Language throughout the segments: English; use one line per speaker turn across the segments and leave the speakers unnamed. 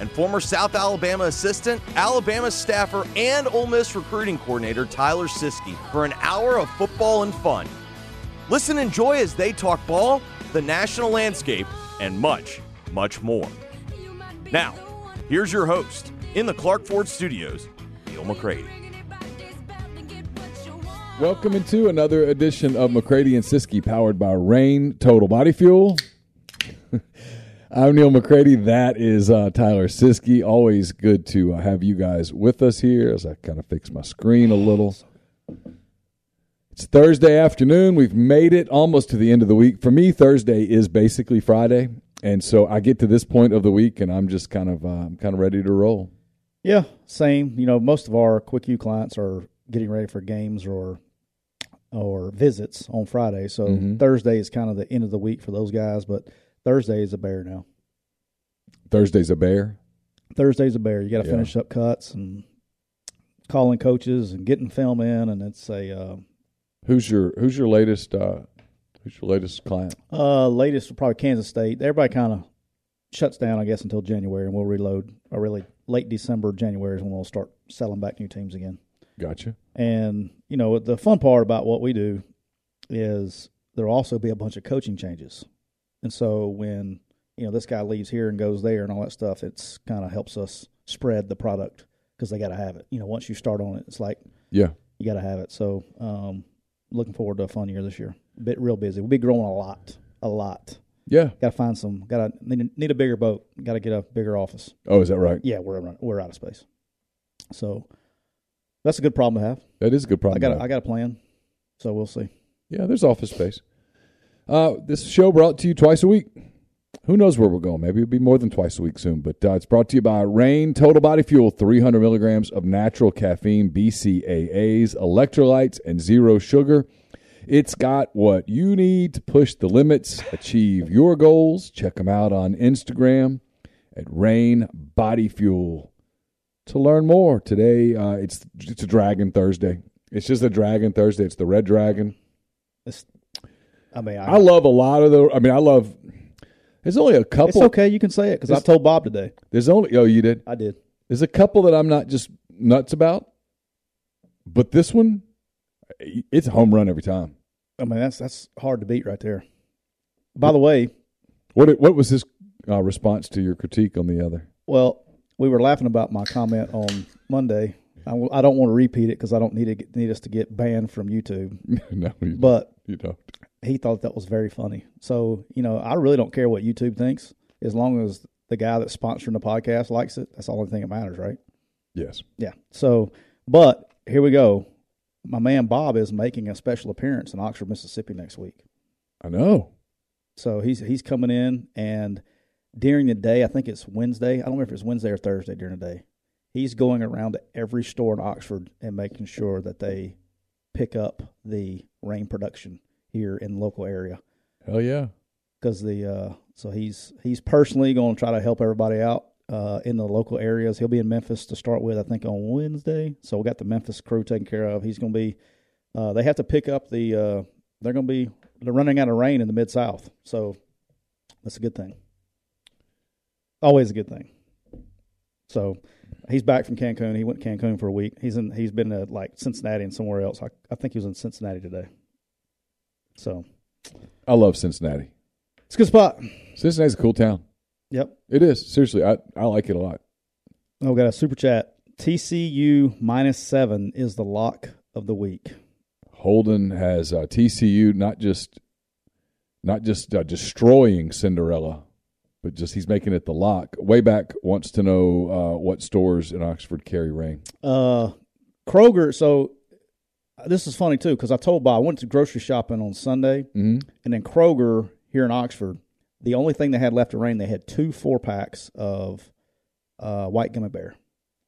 and former South Alabama assistant, Alabama staffer, and Ole Miss recruiting coordinator Tyler Siski for an hour of football and fun. Listen and enjoy as they talk ball, the national landscape, and much, much more. Now, here's your host in the Clark Ford Studios, Neil McCrady.
Welcome into another edition of McCrady and Siski, powered by Rain Total Body Fuel. I'm Neil McCrady. That is uh, Tyler Siski. Always good to uh, have you guys with us here as I kind of fix my screen a little. It's Thursday afternoon. We've made it almost to the end of the week. For me, Thursday is basically Friday, and so I get to this point of the week, and I'm just kind of uh, I'm kind of ready to roll.
Yeah, same. You know, most of our quick U clients are getting ready for games or or visits on Friday. So Thursday is kind of the end of the week for those guys, but Thursday is a bear now.
Thursday's a bear.
Thursday's a bear. You got to
Yeah.
finish up cuts and calling coaches and getting film in, and it's a uh,
Who's your Who's your latest uh, Who's your latest client?
uh, latest probably Kansas State. Everybody kind of shuts down, I guess, until January, and we'll reload. Or really late December, January is when we'll start selling back new teams again.
Gotcha.
And you know, the fun part about what we do is there'll also be a bunch of coaching changes. And so when you know this guy leaves here and goes there and all that stuff, it's kind of helps us spread the product because they got to have it. You know, once you start on it, it's like
Yeah.
you got to have it. So um, looking forward to a fun year this year. Bit real busy. We'll be growing a lot, a lot.
Yeah.
Got to find some. Got to need, a- need a bigger boat. Got to get a bigger office.
Oh, is that right?
Yeah, we're we're out of space. So that's a good problem to have.
That is a good problem.
I got
to
a, I
have.
got a plan, so we'll see.
yeah, there's office space. Uh, this show brought to you twice a week. Who knows where we're going? Maybe it'll be more than twice a week soon. But uh, it's brought to you by Rain Total Body Fuel, 300 milligrams of natural caffeine, BCAAs, electrolytes, and zero sugar. It's got what you need to push the limits, achieve your goals. Check them out on Instagram at Rain Body Fuel. to learn more today uh, it's it's a dragon thursday it's just a dragon thursday it's the red dragon
It's, I mean, I,
i love a lot of the i mean i love there's only a couple
it's okay. You can say it because I
It's-
told Bob today.
there's only oh you did
I did.
there's a couple that i'm not just nuts about but this one it's a home run every time
I mean, that's that's hard to beat right there. By the way,
what what was his uh, response to your critique on the other
well, we were laughing about my comment on Monday. I, w- I don't want to repeat it because I don't need to get, need us to get banned from YouTube.
no you,
But
you don't
he thought that was very funny. So you know, I really don't care what YouTube thinks as long as the guy that's sponsoring the podcast likes it. That's the only thing that matters, right?
yes
Yeah. So, but here we go. My man Bob is making a special appearance in Oxford, Mississippi next week.
i know
So he's he's coming in, and during the day, I think it's Wednesday. I don't remember if it's Wednesday or Thursday during the day. He's going around to every store in Oxford and making sure that they pick up the rain production here in the local area
hell yeah
because the uh, so he's he's personally going to try to help everybody out uh, in the local areas. He'll be in Memphis to start with, I think, on Wednesday. So we got the Memphis crew taken care of. He's going to be uh, they have to pick up the uh, they're going to be they're running out of rain in the mid South, so that's a good thing. Always a good thing. So he's back from Cancun. He went to Cancun for a week. He's in. He's been to like Cincinnati and somewhere else. I, I think he was in Cincinnati today. So
I love Cincinnati.
it's a good spot.
Cincinnati's a cool town.
Yep.
It is seriously. I I like it a lot.
Oh, we got a super chat. TCU minus seven is the lock of the week.
Holden has uh, TCU not just not just uh, destroying Cinderella, but just he's making it the lock. Wayback wants to know uh, what stores in Oxford carry rain.
Uh, Kroger. So uh, this is funny too because I told Bob I went to grocery shopping on Sunday,
Mhm.
and then Kroger here in Oxford, the only thing they had left of rain, they had two four packs of uh, white gummy bear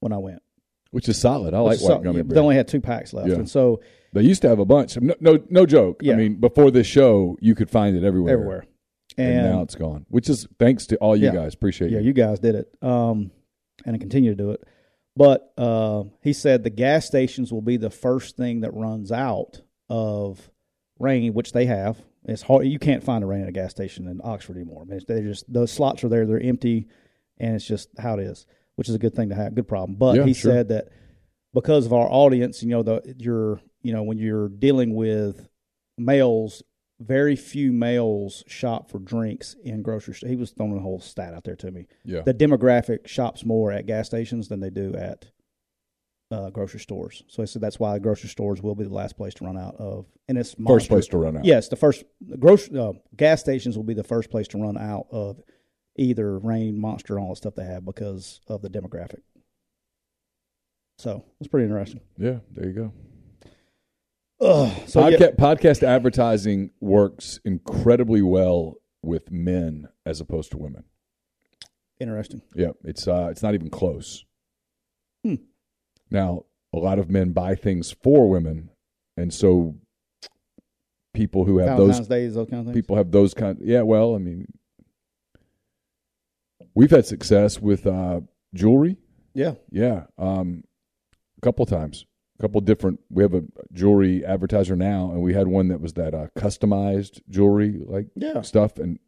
when I went.
Which is solid. I like
So-
white gummy
yeah,
bears.
They only had two packs left,
Yeah.
and so
They used to have a bunch. No, no, no joke. I
Yeah.
mean, before this show, you could find it everywhere.
everywhere.
And,
And,
now it's gone, which is thanks to all you
Yeah.
guys. Appreciate
yeah,
you.
you guys did it, um, and I continue to do it. But uh, he said the gas stations will be the first thing that runs out of rain, which they have. It's hard; you can't find a rain at a gas station in Oxford anymore. I mean, it's- they're just those slots are there; they're empty, and it's just how it is, which is a good thing to have, good problem. But
Yeah,
he
sure.
said that because of our audience, you know, the you're you know when you're dealing with males, very few males shop for drinks in grocery stores. He was throwing a whole stat out there to me.
Yeah.
The demographic shops more at gas stations than they do at uh, grocery stores. So he said that's why grocery stores will be the last place to run out of. And it's
First
monster-
place to run out.
Yes, the first the grocery uh, gas stations will be the first place to run out of either rain, monster, and all the stuff they have because of the demographic. So it's pretty interesting.
Yeah, there you go.
Ugh, so yeah.
Podca- Podcast advertising works incredibly well with men as opposed to women.
interesting.
Yeah, it's uh, it's not even close.
Hmm.
Now, a lot of men buy things for women, and so people who have
Valentine's
those
days, those kind of things.
people have those kind. Yeah, well, I mean, we've had success with uh, jewelry.
yeah.
Yeah, um, a couple times, a couple different. We have a jewelry advertiser now, and we had one that was that uh, customized jewelry like
Yeah.
stuff, and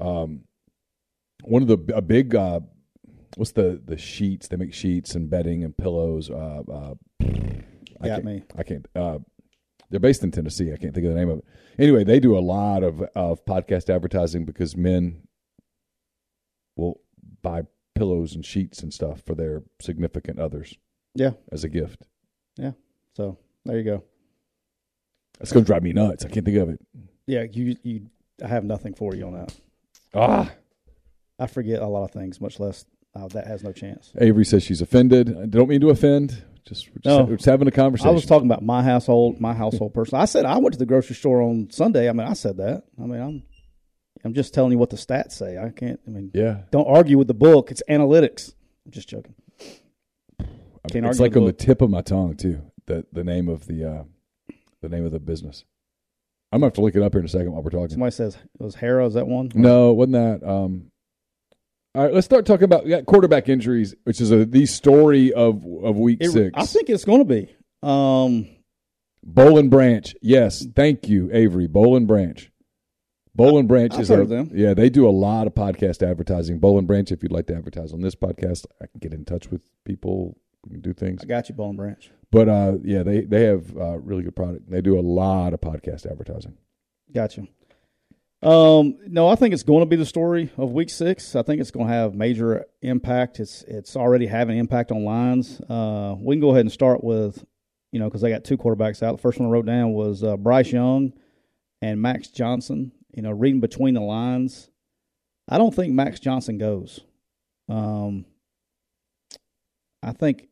um, one of the a big uh, what's the the sheets they make sheets and bedding and pillows. Uh, uh, I
Got
can't-
me.
I can't. Uh, they're based in Tennessee. I can't think of the name of it. Anyway, they do a lot of of podcast advertising because men will buy pillows and sheets and stuff for their significant others
Yeah.
as a gift.
So there you go.
That's gonna drive me nuts. I can't think of it.
Yeah, you you I have nothing for you on that.
Ah,
I forget a lot of things, much less oh, that has no chance.
Avery says she's offended. I don't mean to offend. Just we're just,
No.
we're just having a
I
conversation.
was talking about my household, my household person. I said I went to the grocery store on Sunday. I mean, I said that. I mean, I'm I'm just telling you what the stats say. I can't. I mean,
yeah,
don't argue with the book. It's analytics. I'm just joking.
I-
Can't
it's
argue
like
with
on the
Luke.
tip of my tongue too. The the name of the uh, the name of the business. I'm gonna have to look it up here in a second while we're talking.
Somebody says it was Hera. Is that one?
No, it wasn't that. Um, all right, let's start talking about we got quarterback injuries, which is a, the story of of week
It-
six.
I think it's going to be. Um,
Bowling Branch, yes, thank you, Avery. Bowling Branch, Bowling Branch
I've
is
heard
a,
of them.
yeah, they do a lot of podcast advertising. Bowling Branch, if you'd like to advertise on this podcast, I can get in touch with people. We can do things,
I got you, Bone Branch.
but uh, yeah, they they have uh, really good product. They do a lot of podcast advertising.
Gotcha. Um, no, I think it's going to be the story of Week Six. I think it's going to have major impact. It's it's already having impact on lines. Uh, we can go ahead and start with, you know, because I got two quarterbacks out. The first one I wrote down was uh, Bryce Young and Max Johnson. You know, reading between the lines, I don't think Max Johnson goes. Um, I think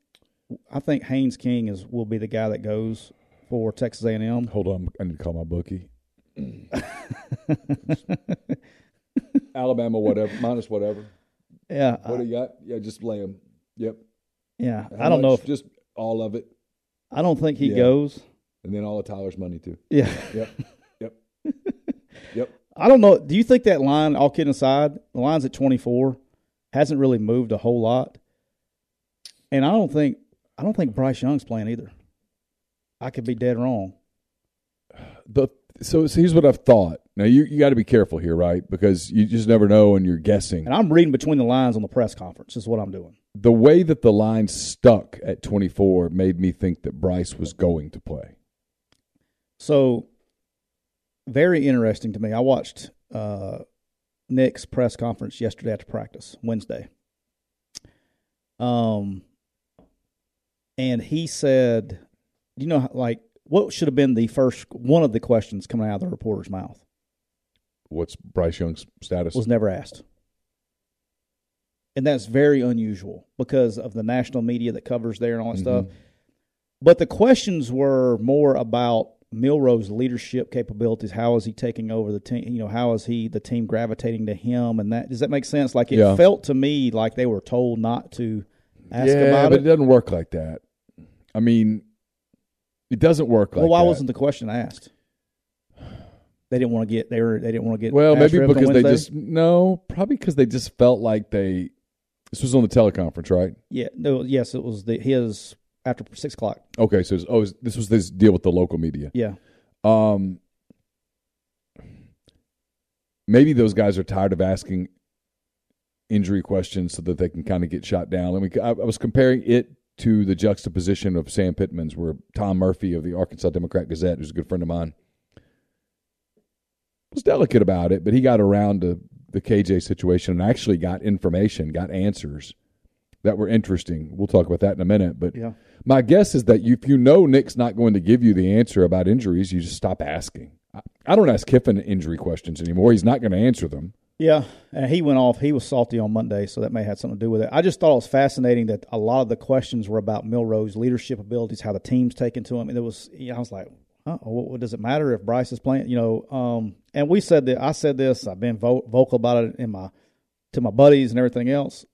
I think Haynes King is will be the guy that goes for Texas A and M.
Hold on, I need to call my bookie. Alabama, whatever, minus whatever.
Yeah,
What do you got? Yeah, just lay them. Yep.
Yeah,
How
Uh, I don't know
much?
if
just all of it,
I don't think he
Yeah.
goes.
and then all of Tyler's money too.
Yeah,
Yep. yep. Yep.
I don't know. Do you think that line? All kidding aside, the line's at twenty four, hasn't really moved a whole lot, and I don't think I don't think Bryce Young's playing either. I could be dead wrong.
The so, so here's what I've thought. Now you, you got to be careful here, right? Because you just never know, and you're guessing.
And I'm reading between the lines on the press conference. Is what I'm doing.
The way that the line stuck at 24 made me think that Bryce was going to play.
So, very interesting to me. I watched uh, Nick's press conference yesterday after practice, Wednesday. Um, and he said, you know, like what should have been the first one of the questions coming out of the reporter's mouth
What's Bryce Young's status?
was never asked. And that's very unusual because of the national media that covers there and all that
Mm-hmm.
stuff. But the questions were more about Milrose's leadership capabilities. How is he taking over the team? You know, how is he the team gravitating to him? And that does that make sense? Like it
Yeah.
felt to me like they were told not to ask
yeah,
about
but
it.
it doesn't work like that. I mean, it doesn't work like
well, why
that.
wasn't the question asked? They didn't want to get. They were. They didn't want to get.
Well,
asked for
maybe
it on
because they
Wednesday.
just no, probably because they just felt like they. This was on the teleconference, right?
Yeah. No. Yes, it was the his after six o'clock.
Okay, so it was, oh, it was- this was this deal with the local media.
Yeah.
Um, maybe those guys are tired of asking injury questions so that they can kind of get shot down. Let me. I, I was comparing it to the juxtaposition of Sam Pittman's, where Tom Murphy of the Arkansas Democrat Gazette, who's a good friend of mine, was delicate about it, but he got around to the KJ situation and actually got information, got answers that were interesting. We'll talk about that in a minute, but
Yeah.
my guess is that if you know Nick's not going to give you the answer about injuries, you just stop asking. I, I don't ask Kiffin injury questions anymore. He's not going to answer them.
Yeah, and he went off. He was salty on Monday, so that may have had something to do with it. I just thought it was fascinating that a lot of the questions were about Milrose's leadership abilities, how the team's taken to him, and it was. You know, I was like, oh, what, what does it matter if Bryce is playing? You know, um, and we said that. I said this. I've been vo- vocal about it in my to my buddies and everything else.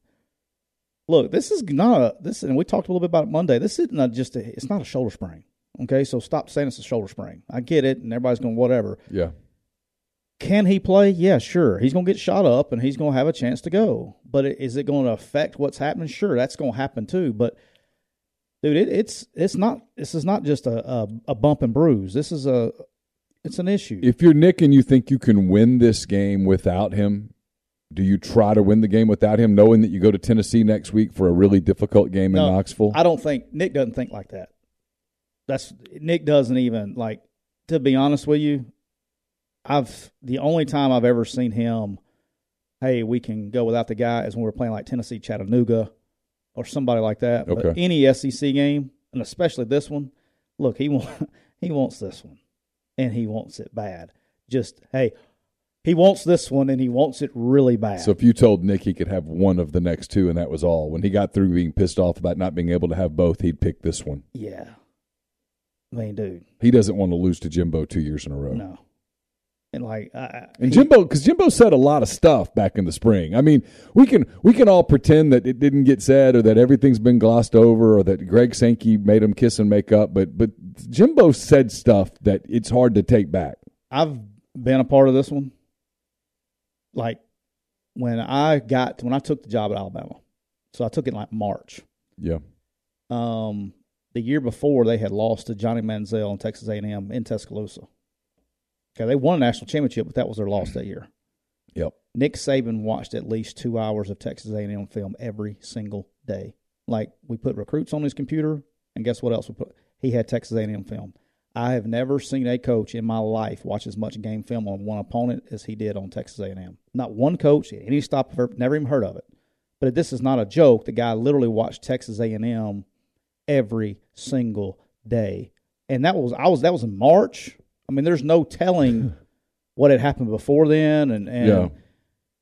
Look, this is not a this, and we talked a little bit about it Monday. This isn't a, just a, it's not a shoulder sprain. Okay, so stop saying it's a shoulder sprain. I get it, and everybody's going whatever.
Yeah.
Can he play? Yeah, sure. He's going to get shot up and he's going to have a chance to go. But i- is it going to affect what's happening? Sure, that's going to happen too. But dude, it, it's it's not. This is not just a, a a bump and bruise. This is a it's an issue.
If you're Nick and you think you can win this game without him, do you try to win the game without him, knowing that you go to Tennessee next week for a really difficult game
No,
in Knoxville?
I don't think Nick doesn't think like that. That's Nick doesn't even like. To be honest with you, I've the only time I've ever seen him. Hey, we can go without the guy is when we're playing like Tennessee, Chattanooga, or somebody like that. But
Okay.
any SEC game, and especially this one, look, he wants he wants this one, and he wants it bad. Just hey, he wants this one, and he wants it really bad.
so if you told Nick he could have one of the next two and that was all, when he got through being pissed off about not being able to have both, he'd pick this one.
yeah, I mean, dude,
He doesn't want to lose to Jimbo two years in a row.
no, and like I, I-
And Jimbo, because Jimbo said a lot of stuff back in the spring. I mean, we can we can all pretend that it didn't get said, or that everything's been glossed over, or that Greg Sankey made him kiss and make up. But but Jimbo said stuff that it's hard to take back.
I've been a part of this one. Like when I got when I took the job at Alabama, so I took it in like March.
Yeah,
Um, the year before they had lost to Johnny Manziel and Texas A and M in Tuscaloosa. Okay, they won a national championship, but that was their loss that year.
yep.
Nick Saban watched at least two hours of Texas A and M film every single day. Like we put recruits on his computer, and guess what else we put? He had Texas A and M film. I have never seen a coach in my life watch as much game film on one opponent as he did on Texas A and M. Not one coach at any stop, I've ever- never even heard of it. But this is not a joke. The guy literally watched Texas A and M every single day, and that was I was that was in March. I mean, there's no telling what had happened before then, and and.
Yeah.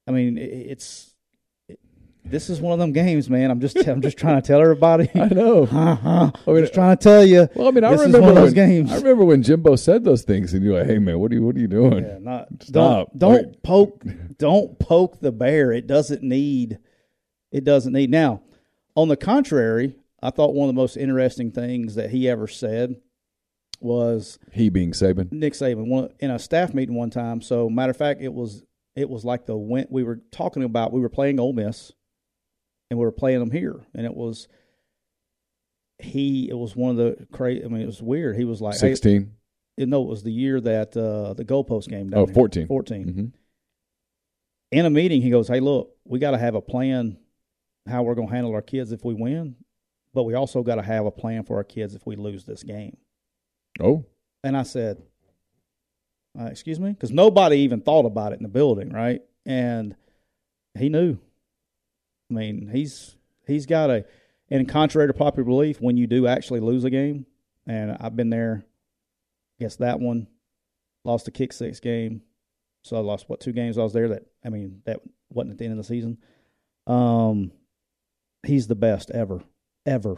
I mean, i- it's it, this is one of them games, man. I'm just I'm just trying to tell everybody.
I know.
I'm
mean,
just trying to tell you.
Well, I mean, I
this
remember
is one of those
when,
games.
I remember when Jimbo said those things, and you're like, "Hey, man, what are you what are you doing?"
Yeah, not,
Stop.
don't don't
Wait.
poke don't poke the bear. It doesn't need it doesn't need. Now, on the contrary, I thought one of the most interesting things that he ever said was
He being Saban.
Nick Saban one, in a staff meeting one time. So matter of fact, it was it was like the win we were talking about. We were playing Ole Miss, and we were playing them here, and it was he. It was one of the crazy. I mean, it was weird. He was like, hey,
Sixteen.
no, it was the year that uh, the goalpost game down
Oh,
here.
14.
14.
hmm
In a meeting, he goes, "Hey, look, we got to have a plan how we're going to handle our kids if we win, but we also got to have a plan for our kids if we lose this game."
Oh,
And I said, uh, "Excuse me," because nobody even thought about it in the building, right? And he knew. I mean, he's he's got a, and contrary to popular belief, when you do actually lose a game, and I've been there. I guess that one lost the kick six game, so I lost what two games I was there. That I mean, that wasn't at the end of the season. Um, he's the best ever, ever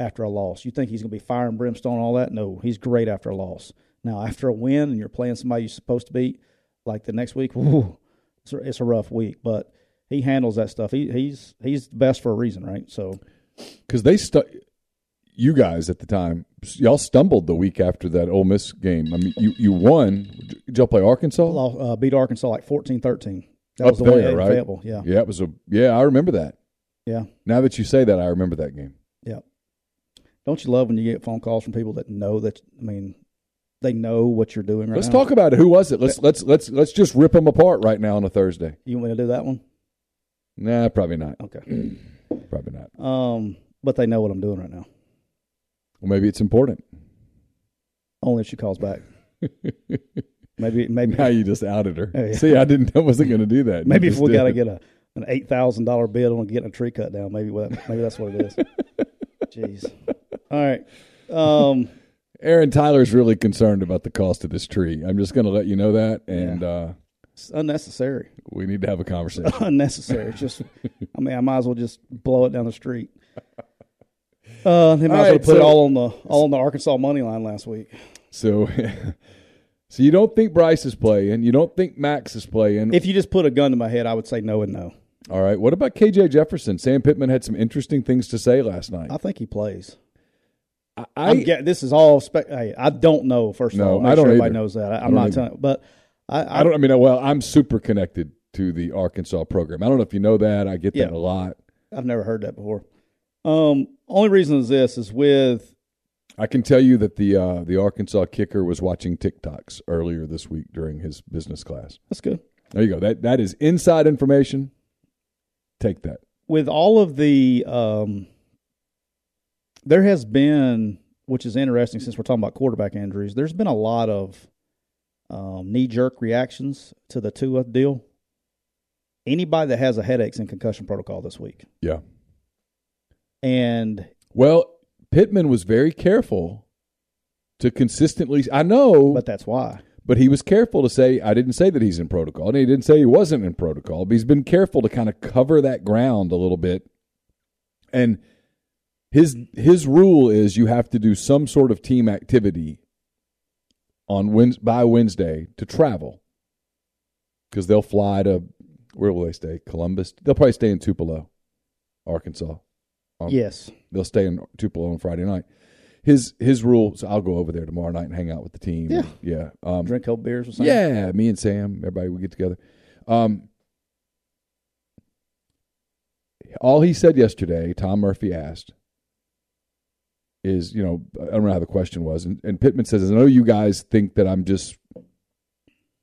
after a loss. You think he's going to be fire and brimstone, and all that? No, he's great after a loss. Now, after a win, and you're playing somebody you're supposed to beat, like the next week, whew, it's, a, it's a rough week. But he handles that stuff. He, he's he's the best for a reason, right? So
because they stu You guys at the time, y'all stumbled the week after that Ole Miss game. I mean, you you won. Did y'all play Arkansas?
lo- uh, beat Arkansas like 14-13. That
Up
was the
there,
way they
right?
Fayetteville. Yeah,
Yeah, it was a. Yeah, I remember that.
yeah,
Now that you say that, I remember that game.
yeah. Don't you love when you get phone calls from people that know that? I mean, they know what you're doing right
Let's
now.
talk about it. Who was it? Let's let's let's let's just rip them apart right now on a Thursday.
You want me to do that one?
Nah, probably not.
Okay.
Probably not.
Um, but they know what I'm doing right now.
Well, maybe it's important.
Only if she calls back. maybe maybe
Now you just outed her.
Yeah.
See, I didn't. I wasn't going to do that. You
maybe if
just
we
did.
got to get a an eight thousand dollar bid on getting a tree cut down, maybe what maybe that's what it is. Jeez. All right. Um,
Aaron Tyler's really concerned about the cost of this tree. I'm just going to let you know that, and uh,
it's unnecessary.
we need to have a conversation.
Unnecessary. It's just I mean, I might as well just blow it down the street. Uh, they might
All
as well
right,
put
so-
it all on the all on the Arkansas money line last week.
so, so you don't think Bryce is playing? You don't think Max is playing?
If you just put a gun to my head, I would say no and no.
All right. What about KJ Jefferson? Sam Pittman had some interesting things to say last night.
I think he plays.
I,
I am get this is all spec. Hey, I don't know. First of
No,
all, make
I don't
sure everybody
either.
knows that. I,
don't
I'm not
either.
telling, but I, I,
I don't. I mean, uh, well, I'm super connected to the Arkansas program. I don't know if you know that. I get that
Yeah.
a lot.
I've never heard that before. Um, only reason is this is with
I can tell you that the uh, the Arkansas kicker was watching TikToks earlier this week during his business class.
that's good.
There you go. That that is inside information. Take that.
With all of the um, there has been, which is interesting since we're talking about quarterback injuries. There's been a lot of um, knee jerk reactions to the Tua deal. Anybody that has a headache's in concussion protocol this week,
Yeah.
and
Well, Pittman was very careful to consistently. I know,
but
but,
that's why.
he was careful to say I didn't say that he's in protocol, and he didn't say he wasn't in protocol. But he's been careful to kind of cover that ground a little bit, and his his rule is you have to do some sort of team activity on Wednesday, by Wednesday to travel because they'll fly to where will they stay? Columbus. They'll probably stay in Tupelo, Arkansas. Um,
Yes,
They'll stay in Tupelo on Friday night. His his rule. So I'll go over there tomorrow night and hang out with the team.
Yeah.
yeah, um,
drink cold beers or something.
yeah. Me and Sam, everybody, we get together. Um, all he said yesterday, Tom Murphy asked, is you know I don't know how the question was, and, and Pittman says, I know you guys think that I'm just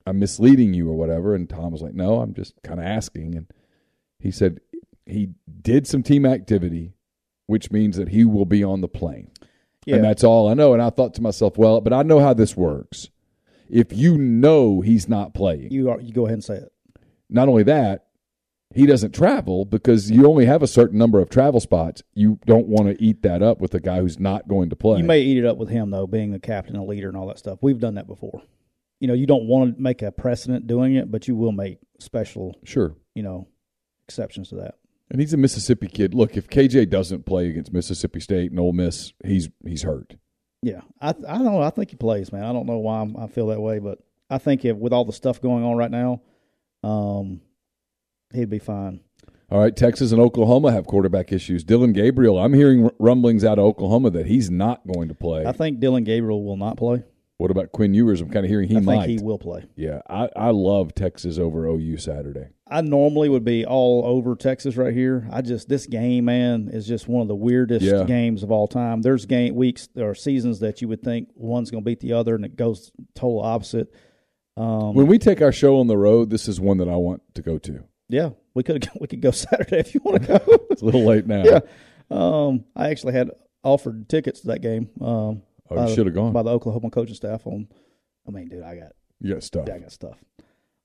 I'm misleading you or whatever, and Tom was like, No, I'm just kind of asking, and he said he did some team activity, which means that he will be on the plane.
yeah.
And that's all I know. And I thought to myself, well, but I know how this works. If you know he's not playing,
you are, you go ahead and say it.
not only that, he doesn't travel because you only have a certain number of travel spots. You don't want to eat that up with a guy who's not going to play.
You may eat it up with him though, being the captain, and leader, and all that stuff. We've done that before. You know, you don't want to make a precedent doing it, but you will make special,
sure.
you know, exceptions to that.
And he's a Mississippi kid. Look, if KJ doesn't play against Mississippi State and Ole Miss, he's he's hurt.
Yeah, I th- I don't know. I think he plays, man. I don't know why I'm, I feel that way, but I think if with all the stuff going on right now, um, he'd be fine.
All right, Texas and Oklahoma have quarterback issues. Dylan Gabriel, I'm hearing r- rumblings out of Oklahoma that he's not going to play.
I think Dylan Gabriel will not play.
What about Quinn Ewers? I'm kind of hearing he
I
might.
think he will play.
Yeah, I, I love Texas over OU Saturday.
I normally would be all over Texas right here. I just this game, man, is just one of the weirdest
Yeah.
games of all time. There's game weeks or seasons that you would think one's going to beat the other, and it goes total opposite. Um,
When we take our show on the road, this is one that I want to go to.
yeah, we could we could go Saturday if you want to go.
It's a little late now.
yeah, um, I actually had offered tickets to that game. Um,
Oh,
by
you
the-
should have
by
gone.
the Oklahoma coaching staff. On, I mean, dude, I got
You got stuff.
I got stuff.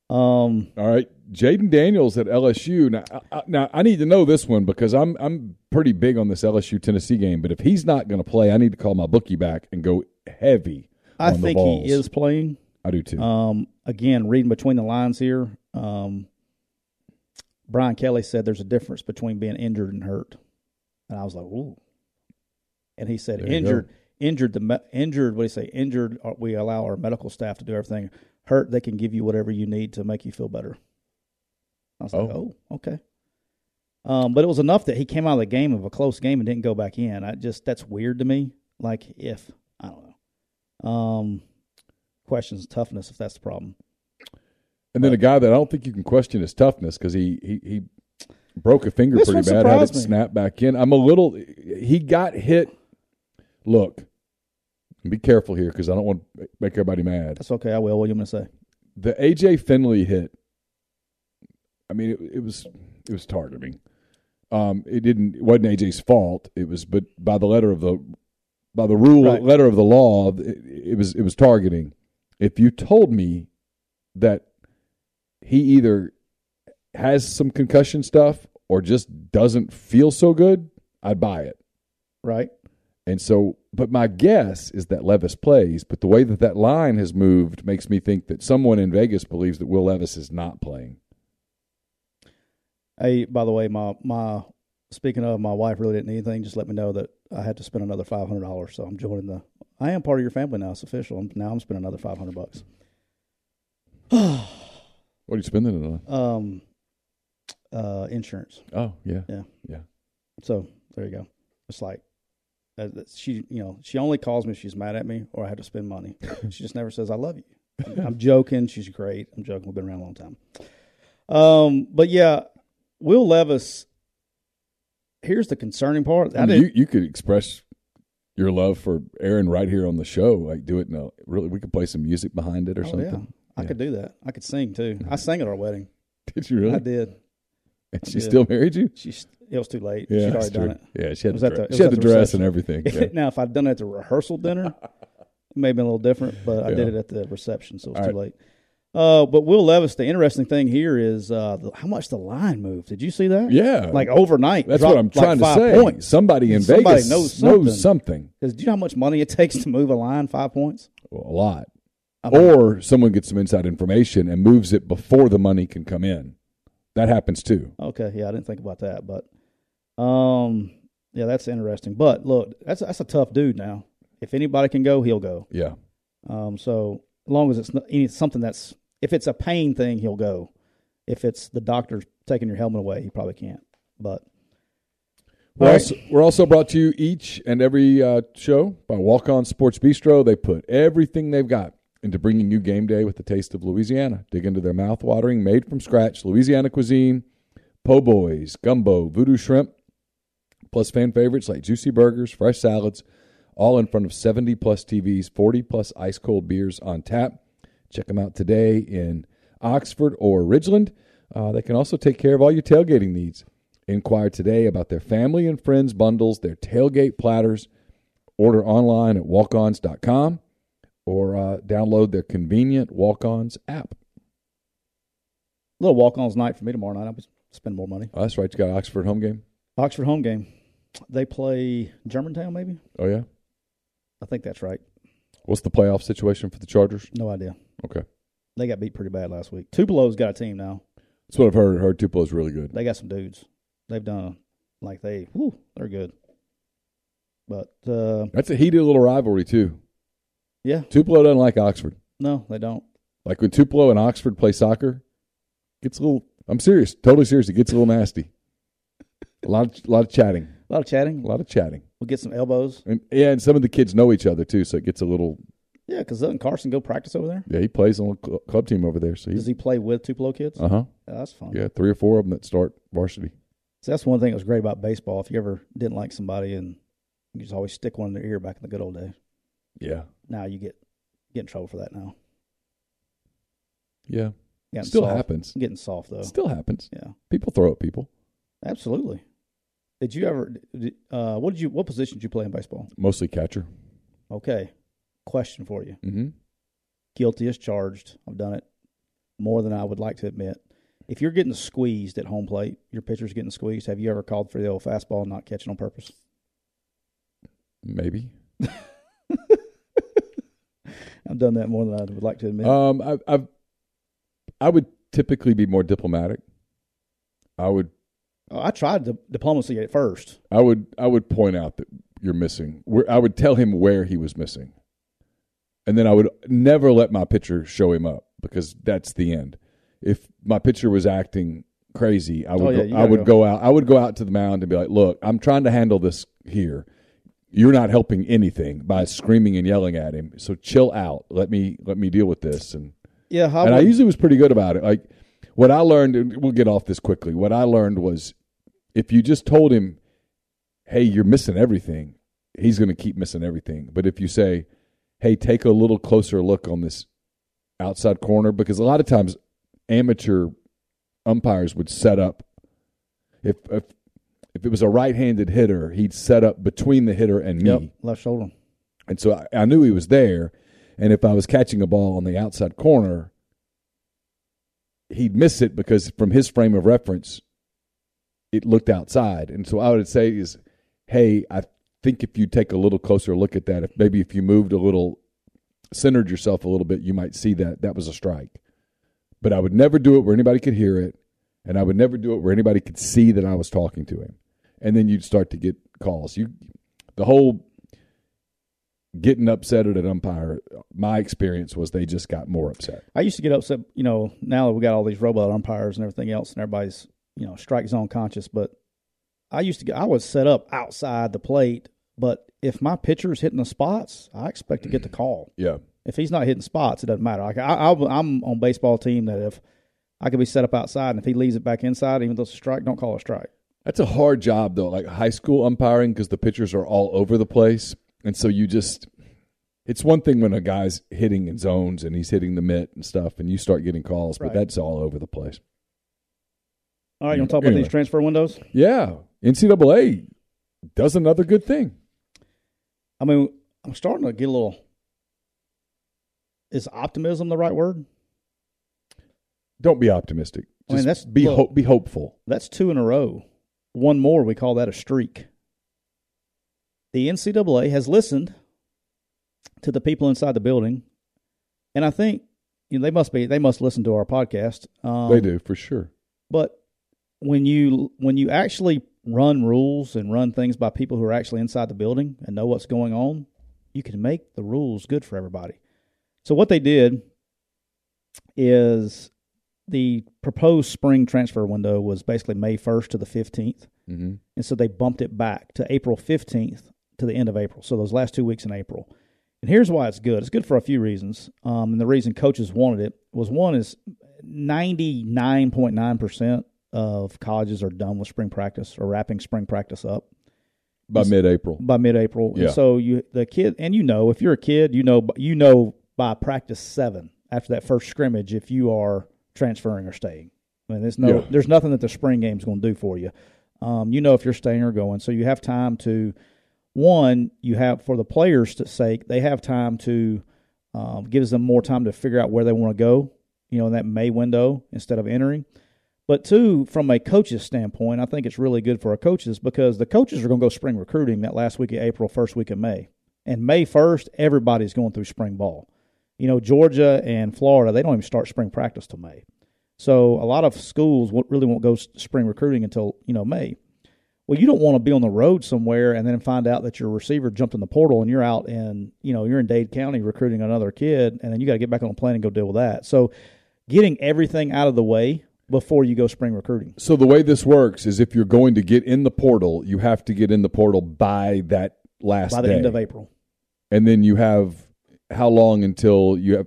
Um,
All right, Jaden Daniels at LSU. Now, I, I- now I need to know this one because I'm I'm pretty big on this LSU Tennessee game. But if he's not going to play, I need to call my bookie back and go heavy.
I
on the
think
balls.
he is playing.
I do too.
Um, again, reading between the lines here, um, Brian Kelly said there's a difference between being injured and hurt, and I was like, ooh. And he said
There you
injured, injured the me- injured. What do you say? Injured. uh, We allow our medical staff to do everything. Hurt, they can give you whatever you need to make you feel better. I was like, oh,
Oh.
okay. Um, but it was enough that he came out of the game of a close game and didn't go back in. I just that's weird to me. Like if I don't know. Um, questions toughness if that's the problem.
and then a guy that I don't think you can question his toughness because he, he he broke a finger
This
pretty
one
bad, had it
surprised me.
snap back in. I'm a little. He got hit. Look, be careful here because I don't want to make everybody mad.
That's okay. I will. What are you going to say?
the AJ Finley hit. I mean, it, it was it was targeting. Um, it didn't it wasn't AJ's fault. It was, but by the letter of the by the rule
Right.
letter of the law, it, it was it was targeting. If you told me that he either has some concussion stuff or just doesn't feel so good, I'd buy it.
Right.
And so, but my guess is that Levis plays, but the way that that line has moved makes me think that someone in Vegas believes that Will Levis is not playing.
Hey, by the way, my my speaking of my wife really didn't need anything. Just let me know that I had to spend another five hundred dollars. So I'm joining the. I am part of your family now. It's official. I'm, now I'm spending another five hundred bucks.
What are you spending it on?
Um, uh, insurance.
Oh, yeah.
Yeah.
Yeah.
So there you go. It's like uh, that- she, you know, she only calls me if she's mad at me or I have to spend money. she just never says I love you. I'm, I'm joking. She's great. I'm joking. We've been around a long time. Um, but yeah, Will Levis. Here's the concerning part. I
I mean,
didn't,
you, you could express your love for Aaron right here on the show. Like, do it in a really, we could play some music behind it or
oh, yeah,
something.
I
Yeah.
could do that. I could sing too. I sang at our wedding.
Did you really?
I did.
And she
did.
still married you?
She's. It was too late.
Yeah.
She'd
that's
already done it.
true. Yeah. She had,
was
the,
at
dre-
the- it
she
was
had
at
the
the
dress and everything. Yeah.
now, if I'd done it at the rehersal dinner, it may have been a little different, but I did it at the reception, so it was
All
too late. Uh, but Will Levis, the interesting thing here is uh, the, how much the line moved. Did you see that?
Yeah.
Like overnight.
That's
dropped
what I'm
like
trying
five
to say.
Points.
Somebody in
Somebody
Vegas
knows something.
knows something.
'Cause do you know how much money it takes to move a line five points?
Well, a lot. Or someone gets some inside information and moves it before the money can come in. That happens too.
Okay, yeah, I didn't think about that, but um, yeah, that's interesting. But look, that's that's a tough dude now. If anybody can go, he'll go.
Yeah.
Um, so as long as it's not any, something that's if it's a pain thing, he'll go. If it's the doctor taking your helmet away, he probably can't. But
We're,
All right.
also, we're also brought to you each and every uh, show by Walk On Sports Bistro. They put everything they've got into bringing you game day with the taste of Louisiana. Dig into their mouth-watering, made from scratch Louisiana cuisine, po' boys, gumbo, voodoo shrimp, plus fan favorites like juicy burgers, fresh salads, all in front of 70 plus TVs, 40 plus ice cold beers on tap. Check them out today in Oxford or Ridgeland. Uh, they can also take care of all your tailgating needs. Inquire today about their family and friends bundles, their tailgate platters. Order online at walkons.com or uh, download their convenient walk ons app.
a little walk ons night for me tomorrow night. I'll be spend more money.
Oh, that's right. You got an Oxford home game.
Oxford home game. They play Germantown, maybe.
Oh, yeah.
I think that's right.
What's the playoff situation for the Chargers?
No idea.
Okay.
They got beat pretty bad last week. Tupelo's got a team now.
That's what I've heard. Heard Tupelo's really good.
They got some dudes. They've done like they. Whew, they're good. But uh,
That's a heated little rivalry too.
yeah,
Tupelo doesn't like Oxford.
no, they don't.
Like when Tupelo and Oxford play soccer, gets a little. I'm serious, totally serious. It gets a little nasty. A lot, of, lot of chatting,
A lot of chatting.
a lot of chatting,
We'll get some elbows.
and yeah, and some of the kids know each other too, so it gets a little
Yeah, because doesn't Carson go practice over there?
Yeah, he plays on the cl- club team over there. So
Does
he,
he play with Tupelo kids?
uh huh.
Yeah, that's fun.
Yeah, three or four of them that start varsity.
So that's one thing that was great about baseball. If you ever didn't like somebody and you just always stick one in their ear back in the good old days.
Yeah,
Now you get get in trouble for that now.
yeah.
Getting
Still
soft.
happens.
Getting soft though.
Still happens.
Yeah.
People throw at people.
Absolutely. Did you ever? Did, uh, what did you? What position did you play in baseball?
Mostly catcher.
Okay. Question for you.
Mm-hmm.
Guilty as charged. I've done it more than I would like to admit. If you're getting squeezed at home plate, your pitcher's getting squeezed. Have you ever called for the old fastball and not catching on purpose?
Maybe.
I've done that more than I would like to admit.
Um, I, I've, I would typically be more diplomatic. I would,
Oh, I tried the diplomacy at first.
I would, I would point out that you're missing. Where I would tell him where he was missing, and then I would never let my pitcher show him up because that's the end. If my pitcher was acting crazy, I would,
Oh, yeah,
go-
you
I
gotta
would
go.
go out, I would go out to the mound and be like, "Look, I'm trying to handle this here. You're not helping anything by screaming and yelling at him. So chill out. Let me, let me deal with this." And
Yeah, how
and I
would-
usually was pretty good about it. Like what I learned, and we'll get off this quickly. What I learned was if you just told him, "Hey, you're missing everything," he's going to keep missing everything. But if you say, "Hey, take a little closer look on this outside corner," because a lot of times amateur umpires would set up if if if it was a right-handed hitter, he'd set up between the hitter and me.
Yep, left shoulder.
And so I, I knew he was there. And if I was catching a ball on the outside corner, he'd miss it because from his frame of reference, it looked outside. And so I would say is, hey, I think if you take a little closer look at that, if maybe if you moved a little, centered yourself a little bit, you might see that that was a strike. But I would never do it where anybody could hear it, and I would never do it where anybody could see that I was talking to him. And then you'd start to get calls. You, the whole getting upset at an umpire, my experience was they just got more upset.
I used to get upset, you know, now that we got all these robot umpires and everything else and everybody's, you know, strike zone conscious, but I used to get I was set up outside the plate, but if my pitcher's hitting the spots, I expect to get the call.
Yeah.
If he's not hitting spots, it doesn't matter. Like I, I I'm on baseball team that if I could be set up outside and if he leaves it back inside, even though it's a strike, don't call a strike.
That's a hard job though, like high school umpiring because the pitchers are all over the place. And so you just it's one thing when a guy's hitting in zones and he's hitting the mitt and stuff and you start getting calls, but
Right.
that's all over the place.
All right, you want to talk about
Anyway.
these transfer windows?
Yeah. NCAA does another good thing.
I mean, I'm starting to get a little is optimism the right word?
Don't be optimistic.
I mean,
Just
that's-
be
look.
ho- be hopeful.
That's two in a row. One more, we call that a streak. The NCAA has listened to the people inside the building, and I think you know, they must be they must listen to our podcast. Um,
they do for sure.
but when you when you actually run rules and run things by people who are actually inside the building and know what's going on, you can make the rules good for everybody. So what they did is the proposed spring transfer window was basically May 1st to the 15th,
Mm-hmm.
and so they bumped it back to April 15th to the end of April. So those last two weeks in April. And here's why it's good. It's good for a few reasons. Um, and the reason coaches wanted it was one is 99.9% of colleges are done with spring practice or wrapping spring practice up
By mid-April.
by mid-April.
Yeah.
And so you the kid and you know if you're a kid, you know you know by practice 7 after that first scrimmage if you are transferring or staying. I mean, there's no
Yeah.
there's nothing that the spring game's going to do for you. Um, you know if you're staying or going. So you have time to one, you have for the players' to sake, they have time to um, gives them more time to figure out where they want to go, you know, in that May window instead of entering. But two, from a coach's standpoint, I think it's really good for our coaches because the coaches are going to go spring recruiting that last week of April, first week of May. And May 1st, everybody's going through spring ball. You know, Georgia and Florida, they don't even start spring practice till May. So a lot of schools won't- really won't go s- spring recruiting until, you know, May. Well, you don't want to be on the road somewhere and then find out that your receiver jumped in the portal and you're out in, you know, you're in Dade County recruiting another kid and then you got to get back on a plane and go deal with that. So getting everything out of the way before you go spring recruiting.
So the way this works is if you're going to get in the portal, you have to get in the portal by that last
by the
day.
end of April.
and then you have how long until you have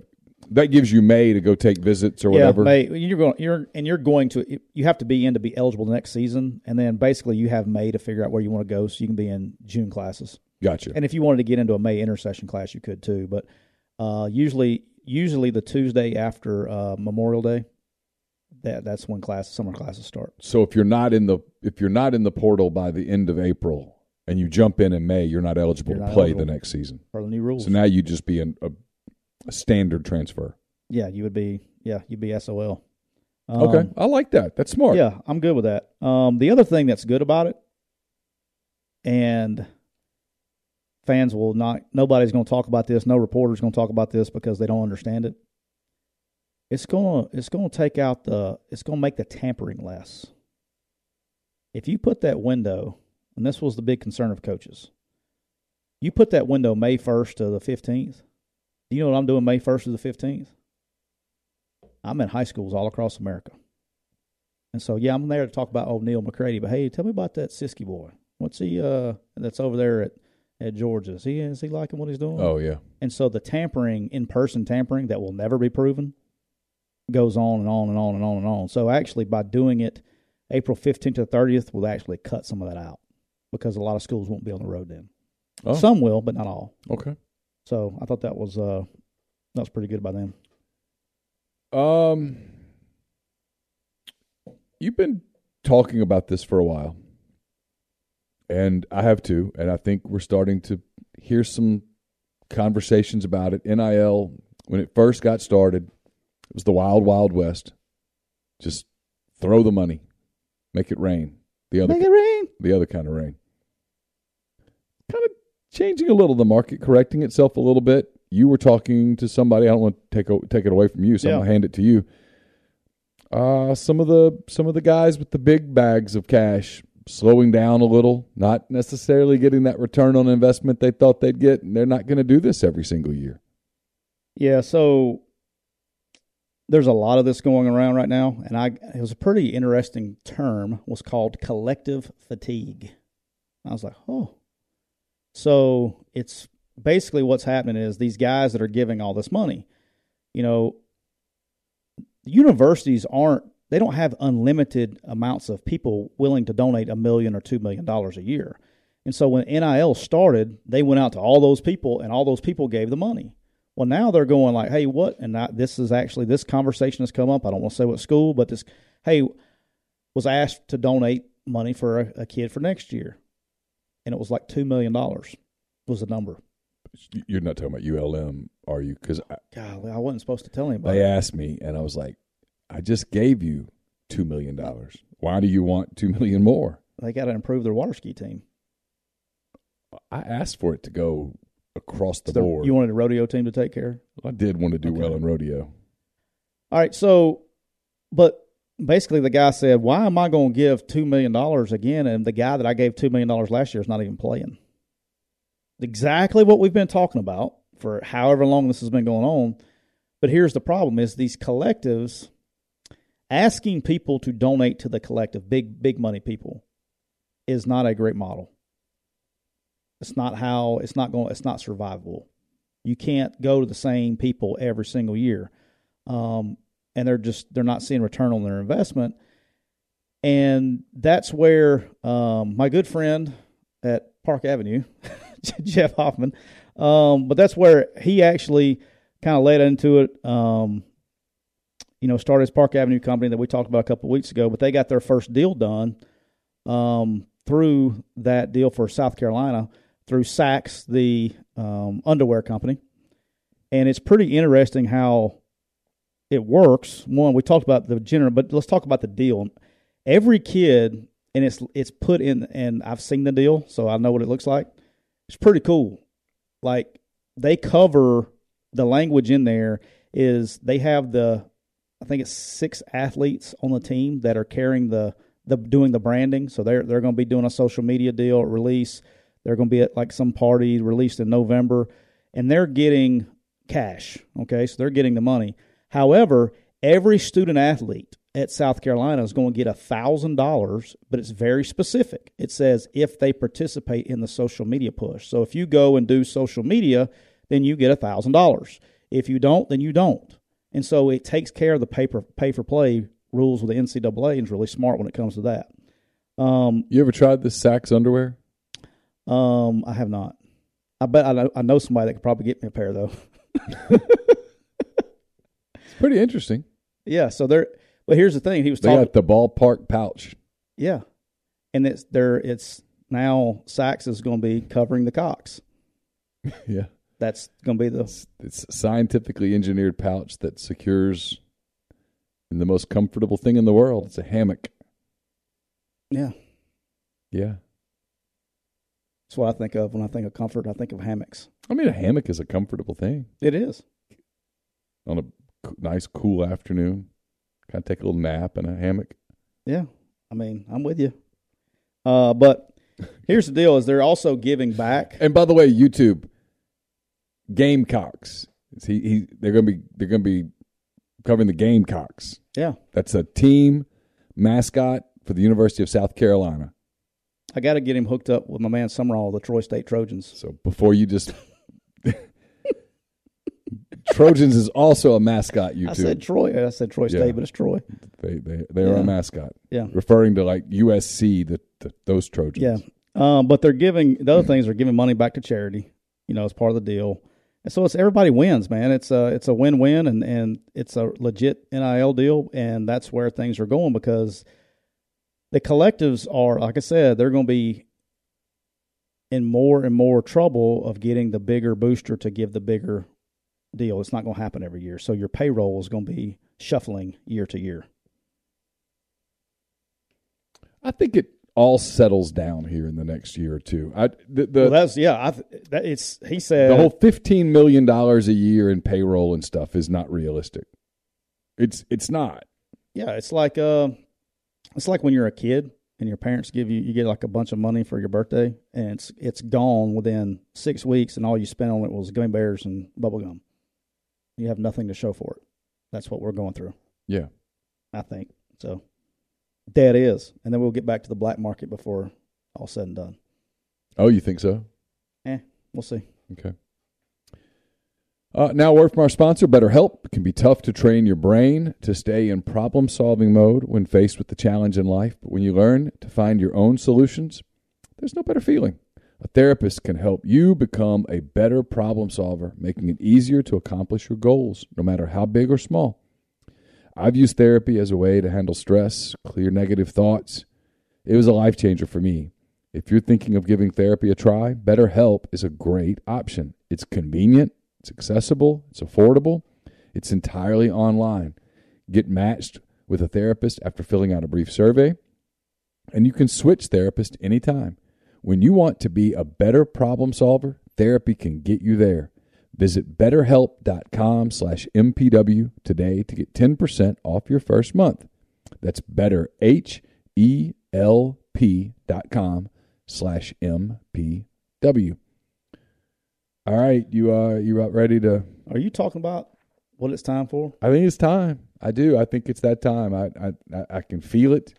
that gives you May to go take visits or whatever.
Yeah, May. You're going. You're and you're going to. You have to be in to be eligible the next season, and then basically you have May to figure out where you want to go, so you can be in June classes.
Gotcha.
And if you wanted to get into a May intercession class, you could too. But uh, usually, usually the Tuesday after uh, Memorial Day, that that's when class summer classes start.
so if you're not in the if you're not in the portal by the end of April and you jump in in May, you're not eligible
You're
to
not
play
eligible.
the next season.
Or the new rules.
So now you just be an, a, a standard transfer.
yeah, you would be. Yeah, you'd be SOL. Um,
Okay, I like that. That's smart.
Yeah, I'm good with that. Um, the other thing that's good about it, and fans will not, nobody's going to talk about this. No reporter's going to talk about this because they don't understand it. It's going to, it's going to take out the, it's going to make the tampering less. If you put that window, and this was the big concern of coaches, you put that window May 1st to the 15th. Do you know what I'm doing May 1st to the 15th? I'm in high schools all across America. And so, yeah, I'm there to talk about old Neil McCready. But hey, tell me about that Siski boy. What's he? Uh, that's over there at at Georgia. Is he is he liking what he's doing?
Oh yeah.
And so the tampering, in person tampering that will never be proven, goes on and on and on and on and on. So actually, by doing it April 15th to 30th, will actually cut some of that out because a lot of schools won't be on the road then.
Oh,
Some will, but not all.
okay.
So I thought that was uh, that was pretty good by them.
Um, you've been talking about this for a while, and I have too. And I think we're starting to hear some conversations about it. NIL, when it first got started, it was the wild, wild west. Just throw the money, make it rain. The other,
Make it rain.
the other kind of rain. Kind of changing a little, the market correcting itself a little bit. You were talking to somebody. I don't want to take o- take it away from you, so I'm
Yeah.
gonna hand it to you. Uh, some of the some of the guys with the big bags of cash slowing down a little, not necessarily getting that return on investment they thought they'd get, and they're not going to do this every single year.
Yeah, so there's a lot of this going around right now, and I it was a pretty interesting term was called collective fatigue. I was like, oh, so it's basically what's happening is these guys that are giving all this money, you know, universities aren't they don't have unlimited amounts of people willing to donate a million or two million dollars a year. And so when NIL started, they went out to all those people and all those people gave the money. Well, now they're going like, hey, what? And I, this is actually this conversation has come up. I don't want to say what school, but this, hey, was asked to donate money for a, a kid for next year, and it was like two million dollars was the number.
You're not talking about ULM, are you? Because
Golly, I wasn't supposed to tell anybody.
they asked me, and I was like, I just gave you two million dollars. Why do you want two million more?
They got to improve their water ski team.
I asked for it to go across the
So
board.
you wanted a rodeo team to take care.
I did want to do
Okay.
well in rodeo.
All right, so, but basically the guy said, "Why am I going to give two million dollars again?" And the guy that I gave two million dollars last year is not even playing. Exactly what we've been talking about for however long this has been going on. But here's the problem: is these collectives asking people to donate to the collective, big big money people, is not a great model. It's not how it's not going. It's not survivable. You can't go to the same people every single year um, and they're just they're not seeing return on their investment and that's where um, my good friend at park avenue jeff hoffman um, but that's where he actually kind of led into it um, you know started his park avenue company that we talked about a couple of weeks ago but they got their first deal done um, through that deal for south carolina through saks the um, underwear company and it's pretty interesting how it works. One, we talked about the general, but let's talk about the deal. Every kid, and it's it's put in, and I've seen the deal, so I know what it looks like. It's pretty cool. Like they cover the language in there is they have the, I think it's six athletes on the team that are carrying the the doing the branding. So they're they're going to be doing a social media deal at release. They're going to be at like some party released in November, and they're getting cash. Okay, so they're getting the money. However, every student athlete at South Carolina is going to get a thousand dollars, but it's very specific. It says if they participate in the social media push. So if you go and do social media, then you get $1,000. If you don't, then you don't. And so it takes care of the pay for, pay for play rules with the NCAA and is really smart when it comes to that. Um,
You ever tried this Saks underwear?
um, I have not. I bet I know, I know somebody that could probably get me a pair though.
It's pretty interesting.
Yeah. So they're, but here's the thing. He was
They
talking.
got the ballpark pouch.
Yeah, and it's there. It's now Saks is going to be covering the Cox.
Yeah.
That's going to be the
It's, it's a scientifically engineered pouch that secures in the most comfortable thing in the world. It's a hammock.
yeah.
Yeah.
That's what I think of when I think of comfort. I think of hammocks.
I mean, a hammock is a comfortable thing
It is.
on a c- nice, cool afternoon. Kind of take a little nap in a hammock.
Yeah. I mean, I'm with you. Uh, but here's the deal: is they're also giving back.
And by the way, YouTube Gamecocks. It's He, he, they're gonna be they're gonna be covering the Gamecocks.
Yeah,
That's a team mascot for the University of South Carolina.
I got to get him hooked up with my man Summerall, the Troy State Trojans.
So before you just Trojans is also a mascot. YouTube.
I said Troy. I said Troy
Yeah.
State, but it's Troy.
they they they are
Yeah.
a mascot.
Yeah.
Referring to like USC, the, the those Trojans.
Yeah. Um, but they're giving the other things are giving money back to charity, you know, as part of the deal. And so it's everybody wins, man. It's a it's a win win and, and it's a legit NIL deal and that's where things are going because the collectives are like I said, they're gonna be in more and more trouble of getting the bigger booster to give the bigger deal. It's not gonna happen every year. So your payroll is gonna be shuffling year to year.
I think it all settles down here in the next year or two. I the the,
Well, that's yeah. I th- that it's he said
the whole fifteen million dollars a year in payroll and stuff is not realistic. It's it's not.
Yeah, it's like uh, it's like when you're a kid and your parents give you you get like a bunch of money for your birthday and it's it's gone within six weeks and all you spent on it was gummy bears and bubble gum. You have nothing to show for it. That's what we're going through,
Yeah.
I think. So that is, and then we'll get back to the black market before all said and done.
Oh, you think so?
Eh, we'll see.
Okay. Uh, now, a word from our sponsor, BetterHelp. It can be tough to train your brain to stay in problem solving mode when faced with the challenge in life, but when you learn to find your own solutions, there's no better feeling. A therapist can help you become a better problem solver, making it easier to accomplish your goals, no matter how big or small. I've used therapy as a way to handle stress, clear negative thoughts. It was a life changer for me. If you're thinking of giving therapy a try, BetterHelp is a great option. It's convenient, it's accessible, it's affordable, it's entirely online. Get matched with a therapist after filling out a brief survey, and you can switch therapist anytime. When you want to be a better problem solver, therapy can get you there. Visit betterhelp.com slash MPW today to get 10% off your first month. That's better H E L P dot com slash M P W. All right, you uh you about ready to
Are you talking about what it's time for?
I think it's time. I do. I think it's that time. I I- I, I can feel it.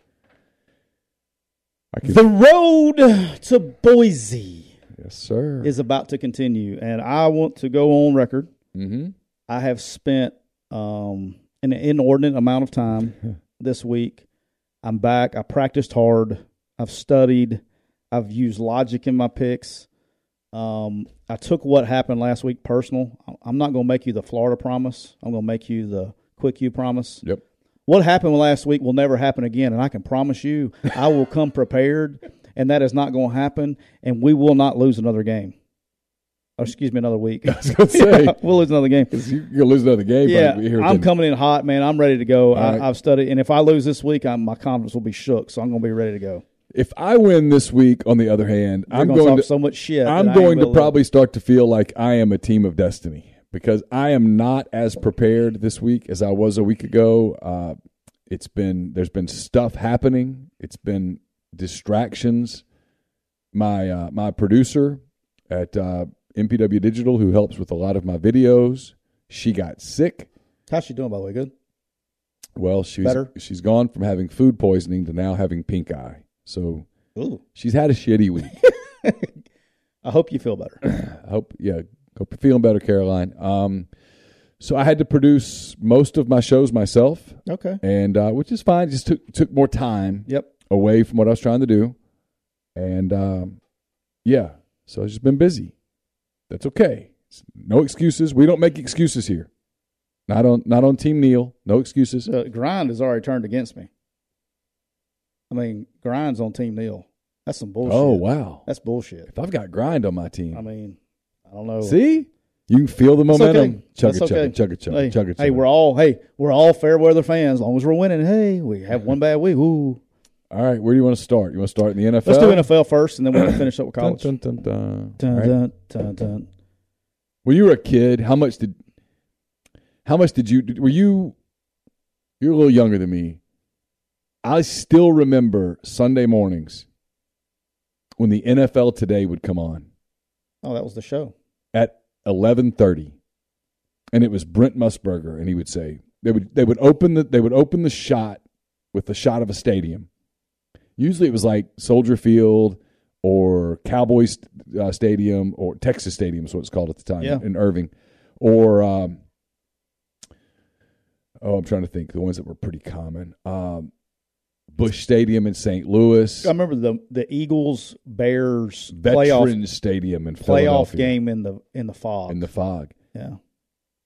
I can
The road to Boise
Yes, sir.
is about to continue, and I want to go on record
mm-hmm.
I have spent um, an inordinate amount of time this week. I'm back. I practiced hard. I've studied. I've used logic in my picks. Um, I took what happened last week personal. I- I'm not going to make you the Florida promise. I'm going to make you the quick you promise.
Yep.
What happened last week will never happen again, and I can promise you, I will come prepared, and that is not going to happen, and we will not lose another game. Or excuse me, another week.
I was gonna say
we'll lose another game.
'cause you- you're gonna lose another game.
Yeah,
but here
I'm
then.
coming in hot, man. I'm ready to go. I,
right.
I've studied, and if I lose this week, I'm, my confidence will be shook. So I'm going to be ready to go.
If I win this week, on the other hand,
You're
I'm
gonna
going
talk
to
so much shit. that I
I'm
ain't
going to
gonna
probably start to feel like I am a team of destiny because I am not as prepared this week as I was a week ago. Uh, it's been there's been stuff happening. It's been distractions. My uh, my producer at uh, MPW Digital, who helps with a lot of my videos, she got sick.
live. How's she doing, by the way? Good.
Well, she's
Better?
she's gone from having food poisoning to now having pink eye. So she's had a shitty week.
I hope you feel better.
I hope yeah Hope you're feeling better, Caroline. Um, so I had to produce most of my shows myself,
Okay.
and uh, which is fine. Just took took more time
Yep.
away from what I was trying to do, and um, yeah, so I've just been busy. That's okay. It's no excuses. We don't make excuses here. Not on not on Team Neil. No excuses.
So grind is already turned against me. I mean, grind's on Team Neil. That's some bullshit.
oh wow!
That's bullshit.
If I've got grind on my team,
I mean, I don't know.
see you can feel the
That's
momentum. Chugga
That's
chugga chugga chugga
hey,
chugga chugga.
Hey, we're all hey, we're all fair weather fans. As long as we're winning, hey, we have one bad week. Ooh.
All right, where do you want to start? You want to start in the NFL?
Let's do NFL first, and then we'll finish up with
Dun,
college.
dun, dun, dun.
Dun,
All right.
dun, dun, dun.
When you were a kid, how much did how much did you did- were you you're a little younger than me. I still remember Sunday mornings when the NFL today would come on
Oh, that was the show.
at 11:30 and it was Brent Musburger and he would say they would they would open the they would open the shot with the shot of a stadium usually it was like Soldier Field or Cowboys uh, Stadium or Texas Stadium is what it's called at the time
Yeah.
in Irving or um, oh I'm trying to think the ones that were pretty common um, Bush Stadium in St. Louis
I remember the the Eagles Bears playoff
Veterans Stadium in
playoff
Philadelphia
game in the in the fog.
in the fog
yeah.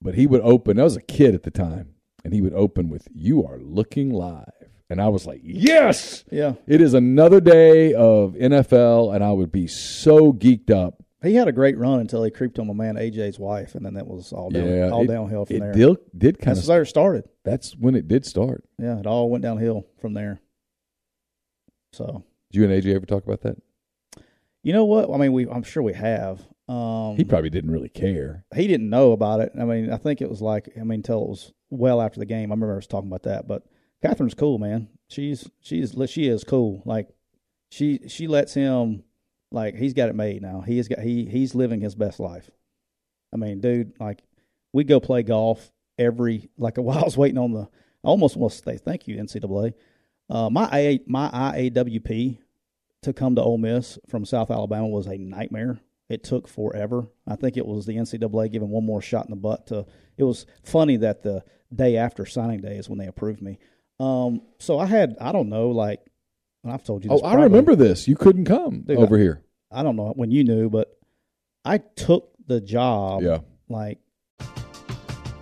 but he would open. I was a kid at the time, and he would open with "You are looking live," and I was like, "Yes,
Yeah.
it is another day of NFL," and I would be so geeked up.
He had a great run until he creeped on my man AJ's wife, and then that was all down,
yeah,
all
it,
downhill from
it
there.
Did, did kind
That's
of.
where it started.
That's when it did start.
Yeah, it all went downhill from there. So
Did you and AJ ever talk about that?
you know what? I mean, we I'm sure we have. Um,
He probably didn't really care.
he didn't know about it. I mean, I think it was like I mean, until it was well after the game. I remember I was talking about that. But Catherine's cool, man. She's she's she is cool. Like she she lets him like he's got it made now. He has got he he's living his best life. I mean, dude, like we go play golf every like while I was waiting on the I almost want to say thank you NCAA. Uh, my A my IAWP to come to Ole Miss from South Alabama was a nightmare. It took forever. I think it was the NCAA giving one more shot in the butt to. It was funny that the day after signing day is when they approved me. Um, so I had I don't know like and I've told you.
Oh,
This
I
probably-
remember this. You couldn't come
Dude,
over here.
I don't know when you knew, but I took the job.
Yeah.
Like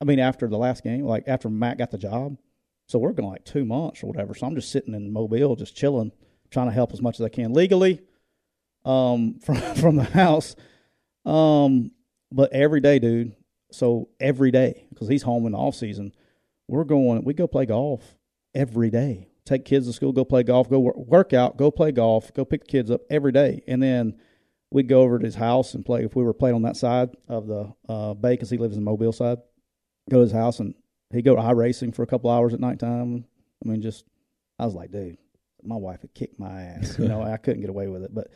I mean, after the last game, like after Matt got the job. So we're going like two months or whatever. So I'm just sitting in Mobile, just chilling, trying to help as much as I can legally um, from from the house. Um, but every day, dude. So every day, because he's home in the off season, we're going. We go play golf every day. Take kids to school, go play golf, go work, work out, go play golf, go pick the kids up every day, and then we'd go over to his house and play. If we were playing on that side of the uh, bay, because he lives in the Mobile side, go to his house and he'd go i racing for a couple hours at nighttime. I mean, just I was like, dude, my wife would kick my ass. You know, I couldn't get away with it. But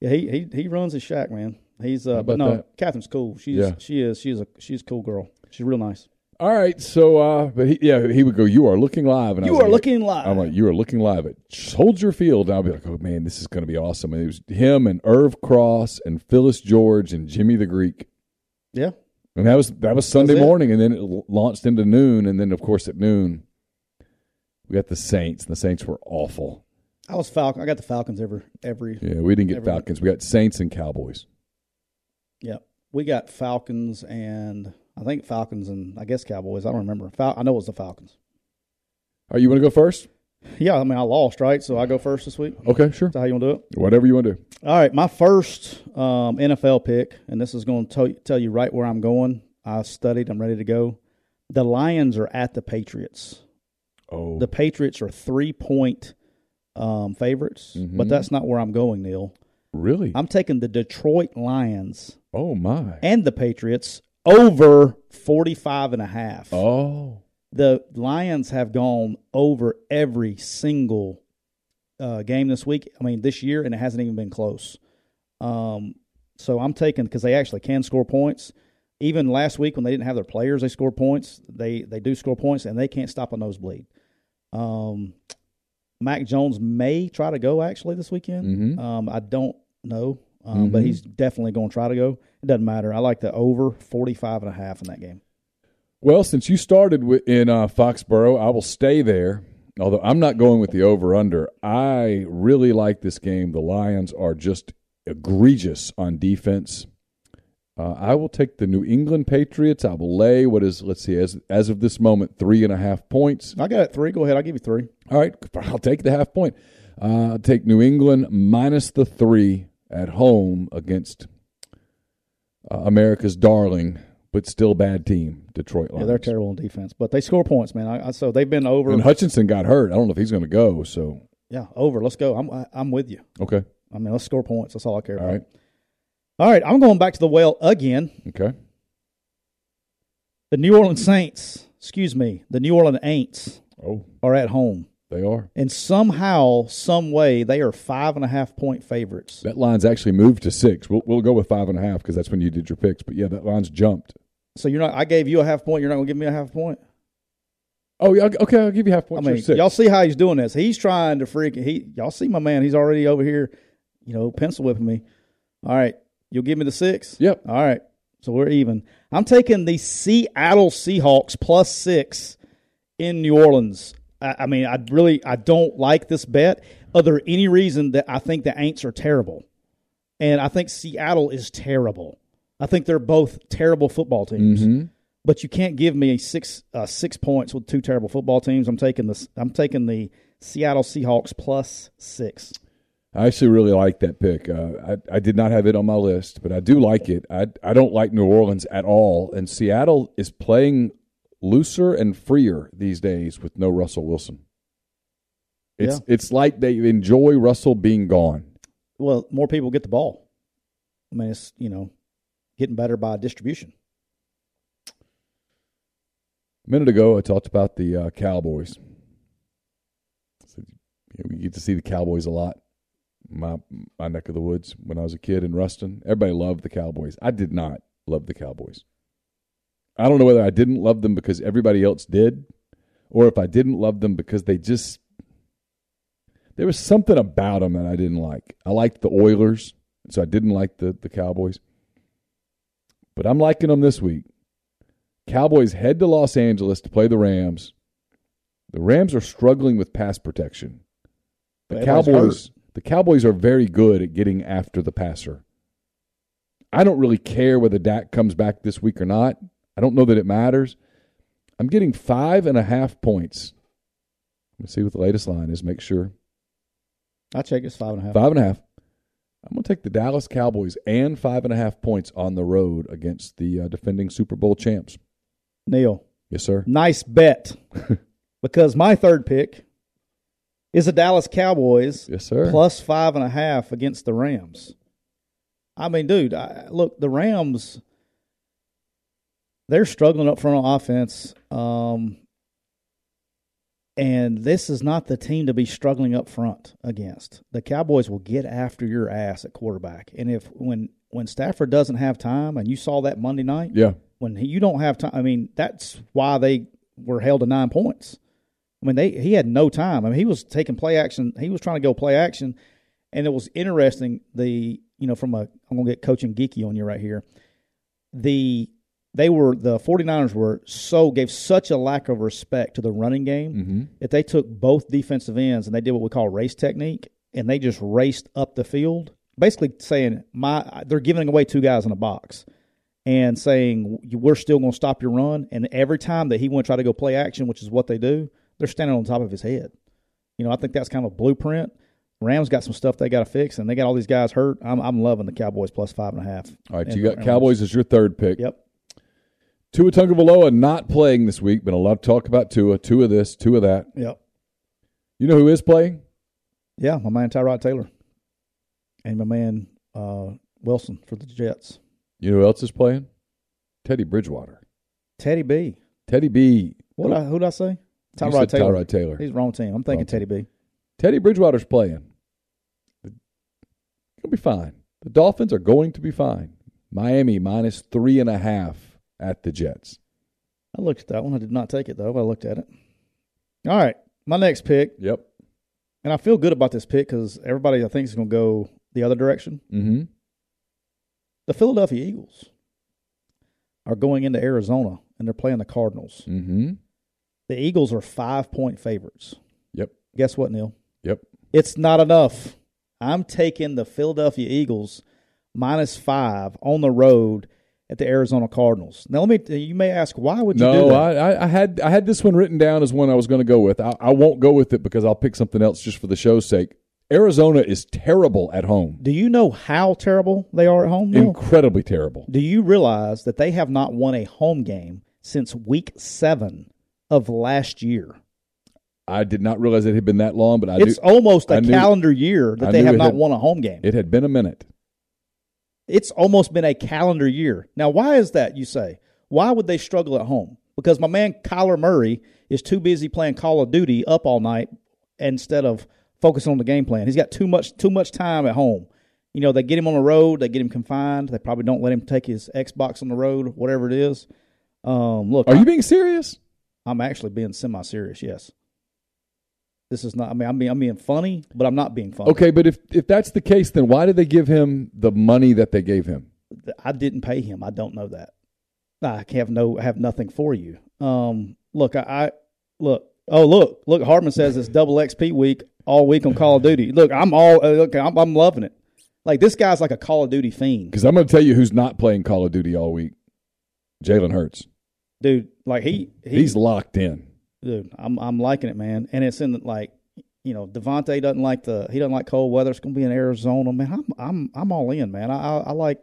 yeah, he he he runs his shack, man. He's uh, but
about
no,
that?
Catherine's cool. She's
Yeah.
she is she's a she's a cool girl. She's real nice.
All right, so uh, but he, yeah, he would go. You are looking live, and I
You
was
are
like-
looking live.
I'm like, you are looking live at Soldier Field. And I'll be like, oh man, this is going to be awesome. And it was him and Irv Cross and Phyllis George and Jimmy the Greek,
yeah,
and that was that was Sunday
it.
morning, and then it l- launched into noon, and then of course at noon, we got the Saints, and the Saints were awful.
I was Falcon. I got the Falcons every every.
Yeah, we didn't get
Everyone-
Falcons, we got Saints and Cowboys.
Yeah, we got Falcons and I think Falcons and I guess Cowboys. I don't remember. Fal- I know it was the Falcons.
All right, you want to go first?
Yeah, I mean I lost, right? So I go first this week. Is
Okay, sure.
that how you want to do it?
Whatever you want to do.
All right, my first um, NFL pick, and this is going to tell, tell you right where I'm going. I studied. I'm ready to go. The Lions are at the Patriots.
Oh,
The Patriots are three point um, favorites, but that's not where I'm going, Neil.
really?
I'm taking the Detroit Lions
oh my.
and the Patriots over 45 and a half.
Oh,
The Lions have gone over every single uh, game this week. I mean, this year, and it hasn't even been close. Um, so I'm taking because they actually can score points. Even last week when they didn't have their players, they scored points. They they do score points, and they can't stop a nosebleed. Um, Mac Jones may try to go actually this weekend. Um, I don't know, um, but he's definitely going to try to go. It doesn't matter. I like the over 45 and a half in that game.
Well, since you started wi- in uh, Foxborough, I will stay there. Although I'm not going with the over under, I really like this game. The Lions are just egregious on defense. Uh, I will take the New England Patriots. I will lay what is let's see as as of this moment three and a half points.
I got it three. Go ahead. I'll give you three.
All right, I'll take the half point. Uh, I'll take New England minus the three at home against uh, America's darling, but still bad team, Detroit Lions.
Yeah, they're terrible in defense, but they score points, man. I, I, so they've been over.
And Hutchinson got hurt. I don't know if he's going to go. So
yeah, over. Let's go. I'm I, I'm with you.
okay,
I mean, let's score points. That's all I care
all
about.
right,
All right, I'm going back to the well again.
okay.
The New Orleans Saints, excuse me, the New Orleans Aints
Oh,
are at home,
they are.
and somehow, some way, they are five and a half point favorites.
That line's actually moved to six. We'll we'll go with five and a half because that's when you did your picks. But yeah, that line's jumped.
So you're not. I gave you a half point. You're not going to give me a half point.
Oh yeah, okay. I'll give you half
I
points.
mean,
You're six.
y'all see how he's doing this. He's trying to freak. He, y'all see my man. He's already over here, you know, pencil whipping me. All right, you'll give me the six.
Yep.
All right, so we're even. I'm taking the Seattle Seahawks plus six in New Orleans. I, I mean, I really I don't like this bet. Are there any reason that I think the Aints are terrible? And I think Seattle is terrible. I think they're both terrible football teams but you can't give me a six uh, six points with two terrible football teams. I'm taking the I'm taking the Seattle Seahawks plus six.
I actually really like that pick. Uh, I, I did not have it on my list, but I do like it. I, I don't like New Orleans at all, and Seattle is playing looser and freer these days with no Russell Wilson. It's it's like they enjoy Russell being gone.
Well, more people get the ball. I mean, it's you know getting better by distribution.
A minute ago, I talked about the uh, Cowboys. So, yeah, we get to see the Cowboys a lot. My my neck of the woods when I was a kid in Ruston, everybody loved the Cowboys. I did not love the Cowboys. I don't know whether I didn't love them because everybody else did, or if I didn't love them because they just there was something about them that I didn't like. I liked the Oilers, so I didn't like the the Cowboys. But I'm liking them this week. Cowboys head to Los Angeles to play the Rams. The Rams are struggling with pass protection. The
Everybody's
Cowboys The Cowboys are very good at getting after the passer. I don't really care whether Dak comes back this week or not. I don't know that it matters. I'm getting five and a half points. Let's see what the latest line is. Make sure
I check it's five and a half.
five and a half. I'm going to take the Dallas Cowboys and five and a half points on the road against the uh, defending Super Bowl champs.
Neil,
Yes, sir.
nice bet. because my third pick is the Dallas Cowboys
Yes, sir.
plus five and a half against the Rams. I mean, dude, I, look, the Rams, they're struggling up front on offense. Um, and this is not the team to be struggling up front against. The Cowboys will get after your ass at quarterback. And if when when Stafford doesn't have time, and you saw that Monday night,
Yeah.
when he, you don't have time. I mean, that's why they were held to nine points. I mean, they he had no time. I mean, he was taking play action. He was trying to go play action, and it was interesting. The you know from a I'm gonna get coaching geeky on you right here. The they were the 49ers were so gave such a lack of respect to the running game
Mm-hmm.
that they took both defensive ends and they did what we call race technique and they just raced up the field basically saying my they're giving away two guys in a box and saying we're still going to stop your run and every time that he went to try to go play action which is what they do they're standing on top of his head you know i think that's kind of a blueprint rams got some stuff they got to fix and they got all these guys hurt i'm, I'm loving the cowboys plus five and a half
All right.
And-
You got
and-
Cowboys as your third pick.
yep
Tua Tungavaloa not playing this week. Been a lot of talk about Tua. Two of this, two of that.
yep
You know who is playing?
yeah my man tyrod taylor and my man uh, wilson for the jets
You know who else is playing? Teddy Bridgewater.
Teddy B.
Teddy B.
What I, who did I say?
You
Tyrod
said
Taylor.
Tyrod Taylor.
He's wrong team. I'm thinking
Wrong
Teddy B.
Teddy Bridgewater's playing. He'll be fine. The Dolphins are going to be fine. Miami minus three and a half at the Jets.
I looked at that one. I did not take it though. But I looked at it. All right, my next pick,
Yep.
and I feel good about this pick because everybody I think is going to go the other direction.
Mm-hmm.
The Philadelphia Eagles are going into Arizona and they're playing the Cardinals.
Mm-hmm.
The Eagles are five point favorites.
Yep.
Guess what, Neil?
Yep.
It's not enough. I'm taking the Philadelphia Eagles minus five on the road at the Arizona Cardinals. Now, let me. You may ask, why would you do
No,
that?
I, I, I had I had this one written down as one I was going to go with. I, I won't go with it because I'll pick something else just for the show's sake. Arizona is terrible at home.
do you know how terrible they are at home? Neil?
Incredibly terrible.
do you realize that they have not won a home game since Week Seven of last year?
I did not realize it had been that long, but I do.
it's almost a
I knew-
calendar year that
I
they
knew
have
it
not
had-
won a home game.
It had been a minute.
It's almost been a calendar year. Now, why is that, you say? Why would they struggle at home? Because my man Kyler Murray is too busy playing Call of Duty up all night instead of focusing on the game plan. He's got too much too much time at home. You know, they get him on the road, they get him confined, they probably don't let him take his Xbox on the road, whatever it is. Um, look,
Are you being serious?
I'm actually being semi serious, yes. This is not I mean I'm being I'm being funny, but I'm not being funny.
Okay, but if if that's the case, then why did they give him the money that they gave him?
th- I didn't pay him. I don't know that. I have no, I have nothing for you. Um, look, I, I look. Oh, look, look. Hardman says it's double XP week all week on Call of Duty. Look, I'm all uh, look. I'm, I'm loving it. Like this guy's like a Call of Duty fiend,
Because I'm going to tell you who's not playing Call of Duty all week. Jalen Hurts.
dude. Like he, he
He's locked in.
dude. I'm, I'm liking it, man. And it's in the, like, you know, Devontae doesn't like the, he doesn't like cold weather. It's gonna be in Arizona, man. I'm, I'm, I'm all in, man. I, I, I like,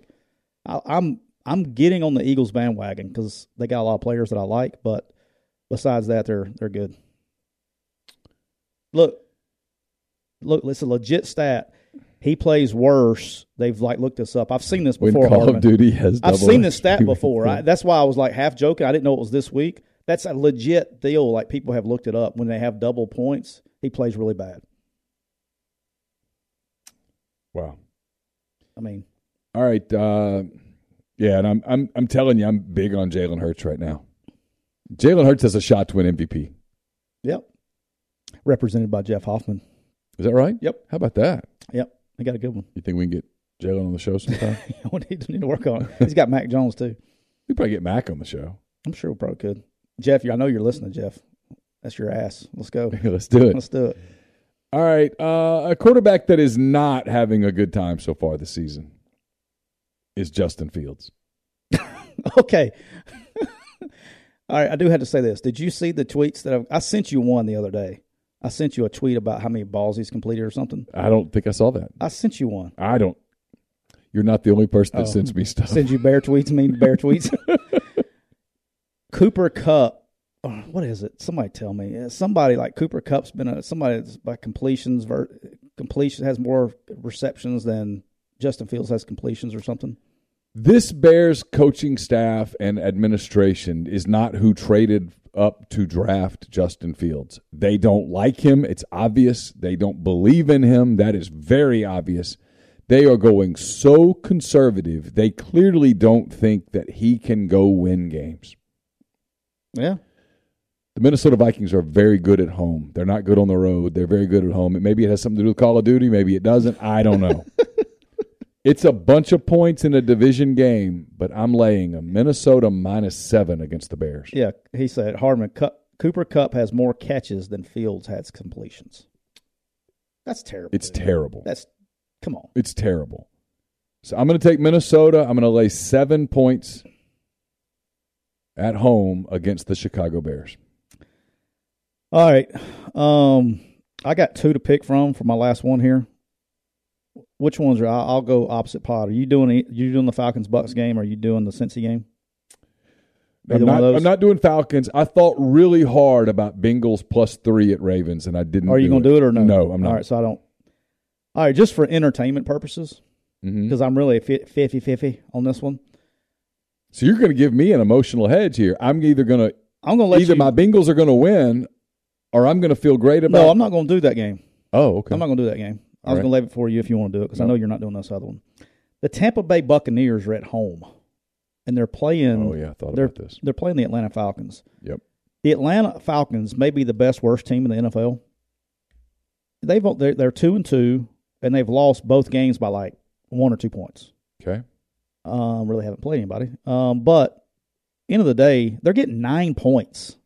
I, I'm, I'm getting on the Eagles bandwagon because they got a lot of players that I like. But besides that, they're, they're good. Look, look, it's a legit stat. He plays worse. They've like looked this up. I've seen this
When
before.
Call
Harmon.
of Duty has
I've
double
seen this stat
XP.
before. I, that's why I was like half joking. I didn't know it was this week. That's a legit deal. Like people have looked it up when they have double points. He plays really bad.
Wow.
I mean,
All right. Uh, yeah, and I'm I'm I'm telling you, I'm big on Jalen Hurts right now. Jalen Hurts has a shot to win MVP.
yep. Represented by Jeff Hoffman.
Is that right?
Yep.
How about that?
Yep, they got a good one.
You think we can get Jalen on the show sometime?
we need, need to work on it. He's got Mac Jones too.
we probably get Mac on the show.
I'm sure we probably could. Jeff, I know you're listening, Jeff. That's your ass. Let's go.
Let's do it.
Let's do it.
All right, uh, a quarterback that is not having a good time so far this season is Justin Fields.
Okay. All right, I do have to say this. Did you see the tweets that I've, I sent you one the other day? I sent you a tweet about how many balls he's completed or something.
I don't think I saw that.
I sent you one.
I don't. You're not the only person that sends me stuff.
Send you bear tweets, mean bear tweets. Cooper Cup, or what is it? Somebody tell me. Yeah, Somebody like Cooper Cup's been a somebody that's by completions ver, completion has more receptions than Justin Fields has completions or something.
This Bears coaching staff and administration is not who traded up to draft Justin Fields. They don't like him. It's obvious. They don't believe in him. That is very obvious. They are going so conservative. They clearly don't think that he can go win games.
Yeah.
The Minnesota Vikings are very good at home. They're not good on the road. They're very good at home. And maybe it has something to do with Call of Duty. Maybe it doesn't. I don't know. it's a bunch of points in a division game, but I'm laying a Minnesota minus seven against the Bears.
Yeah, he said Hardman Cup Cooper Cup has more catches than Fields has completions. That's terrible.
It's
dude.
terrible.
That's come on.
It's terrible. So I'm going to take Minnesota. I'm going to lay seven points at home against the Chicago Bears.
All right. Um I got two to pick from for my last one here. Which ones are I- I'll go opposite pod. Are you doing e- you doing the Falcons Bucks game or are you doing the Cincy game?
I'm
Either one
not,
of those?
I'm not doing Falcons. I thought really hard about Bengals plus three at Ravens, and I didn't.
Are you going to do it or no?
No, I'm not.
All right, so I don't. All right, just for entertainment purposes,
Mhm.
because I'm really 50 50 on this one.
So you're going to give me an emotional hedge here. I'm either going to
I'm going to let
either
you.
my Bengals are going to win, or I'm going to feel great about.
no, I'm not going to do that game.
oh, okay.
I'm not going to do that game. I
All
was
right.
going to leave it for you if you want to do it because I
No.
know you're not doing this other one. The Tampa Bay Buccaneers are at home, and they're playing.
oh yeah, I thought
they're
about this.
they're playing the Atlanta Falcons.
Yep.
The Atlanta Falcons may be the best worst team in the NFL. They've they're, they're two and two, and they've lost both games by like one or two points.
Okay.
Um, really haven't played anybody. Um, but end of the day, they're getting nine points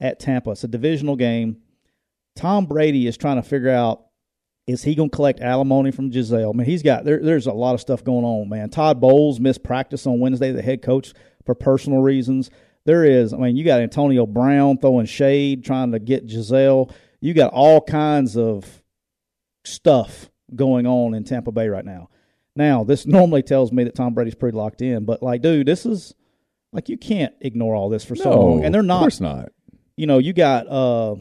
at Tampa. It's a divisional game. Tom Brady is trying to figure out is he going to collect alimony from Giselle? Man, he's got there, there's a lot of stuff going on, man. Todd Bowles missed practice on Wednesday, the head coach for personal reasons. There is, I mean, you got Antonio Brown throwing shade, trying to get Giselle. You got all kinds of stuff going on in Tampa Bay right now. Now, this normally tells me that Tom Brady's pretty locked in, but like, dude, this is like you can't ignore all this for so long, and they're
Of
not
course not.
you know, you got uh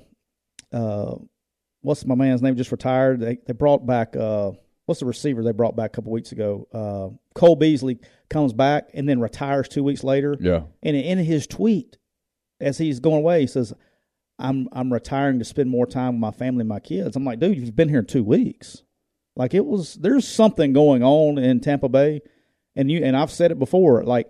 uh what's my man's name just retired? They they brought back uh what's the receiver they brought back a couple weeks ago? Uh Cole Beasley comes back and then retires two weeks later.
Yeah.
And in his tweet, as he's going away, he says, I'm I'm retiring to spend more time with my family and my kids. I'm like, dude, you've been here two weeks. Like it was there's something going on in Tampa Bay. And you and I've said it before, like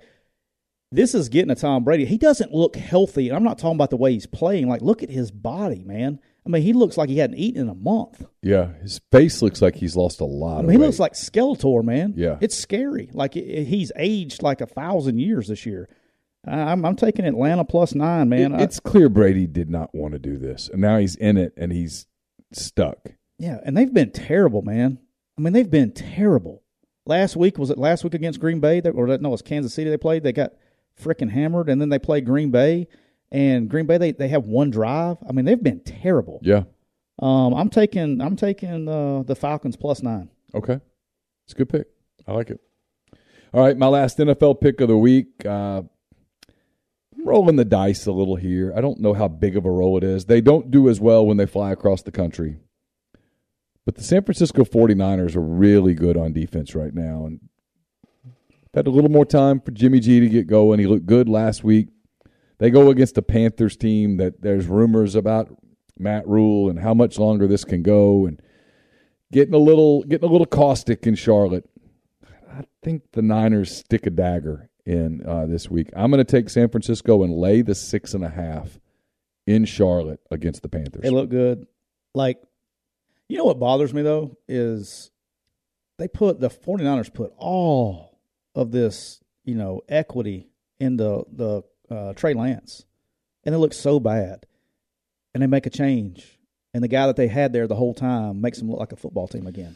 this is getting to Tom Brady. He doesn't look healthy. And I'm not talking about the way he's playing. Like, look at his body, man. I mean, he looks like he hadn't eaten in a month.
Yeah. His face looks like he's lost a lot.
I
of
mean, he
weight.
looks like Skeletor, man.
Yeah.
it's scary. Like i- i- he's aged like a thousand years this year. I- I'm, I'm taking Atlanta plus nine, man.
It-
I-
it's clear Brady did not want to do this, and now he's in it, and he's stuck.
yeah, and they've been terrible, man. I mean, they've been terrible. Last week was it last week against Green Bay? That, or that, no, it's Kansas City. They played. They got freaking hammered, and then they played Green Bay. And Green Bay, they, they have one drive. I mean, they've been terrible.
Yeah.
Um, I'm taking I'm taking uh, the Falcons plus nine.
Okay. It's a good pick. I like it. All right. My last NFL pick of the week. Uh, I'm rolling the dice a little here. I don't know how big of a roll it is. They don't do as well when they fly across the country. But the San Francisco 49ers are really good on defense right now. And had a little more time for Jimmy G to get going. He looked good last week. They go against the Panthers team that there's rumors about Matt Rule and how much longer this can go. And getting a little getting a little caustic in Charlotte. I think the Niners stick a dagger in uh, this week. I'm going to take San Francisco and lay the six and a half in Charlotte against the Panthers.
They look good. Like, you know what bothers me though is they put the 49ers put all of this, you know, equity into the uh, Trey Lance, and it looks so bad, and they make a change, and the guy that they had there the whole time makes them look like a football team again.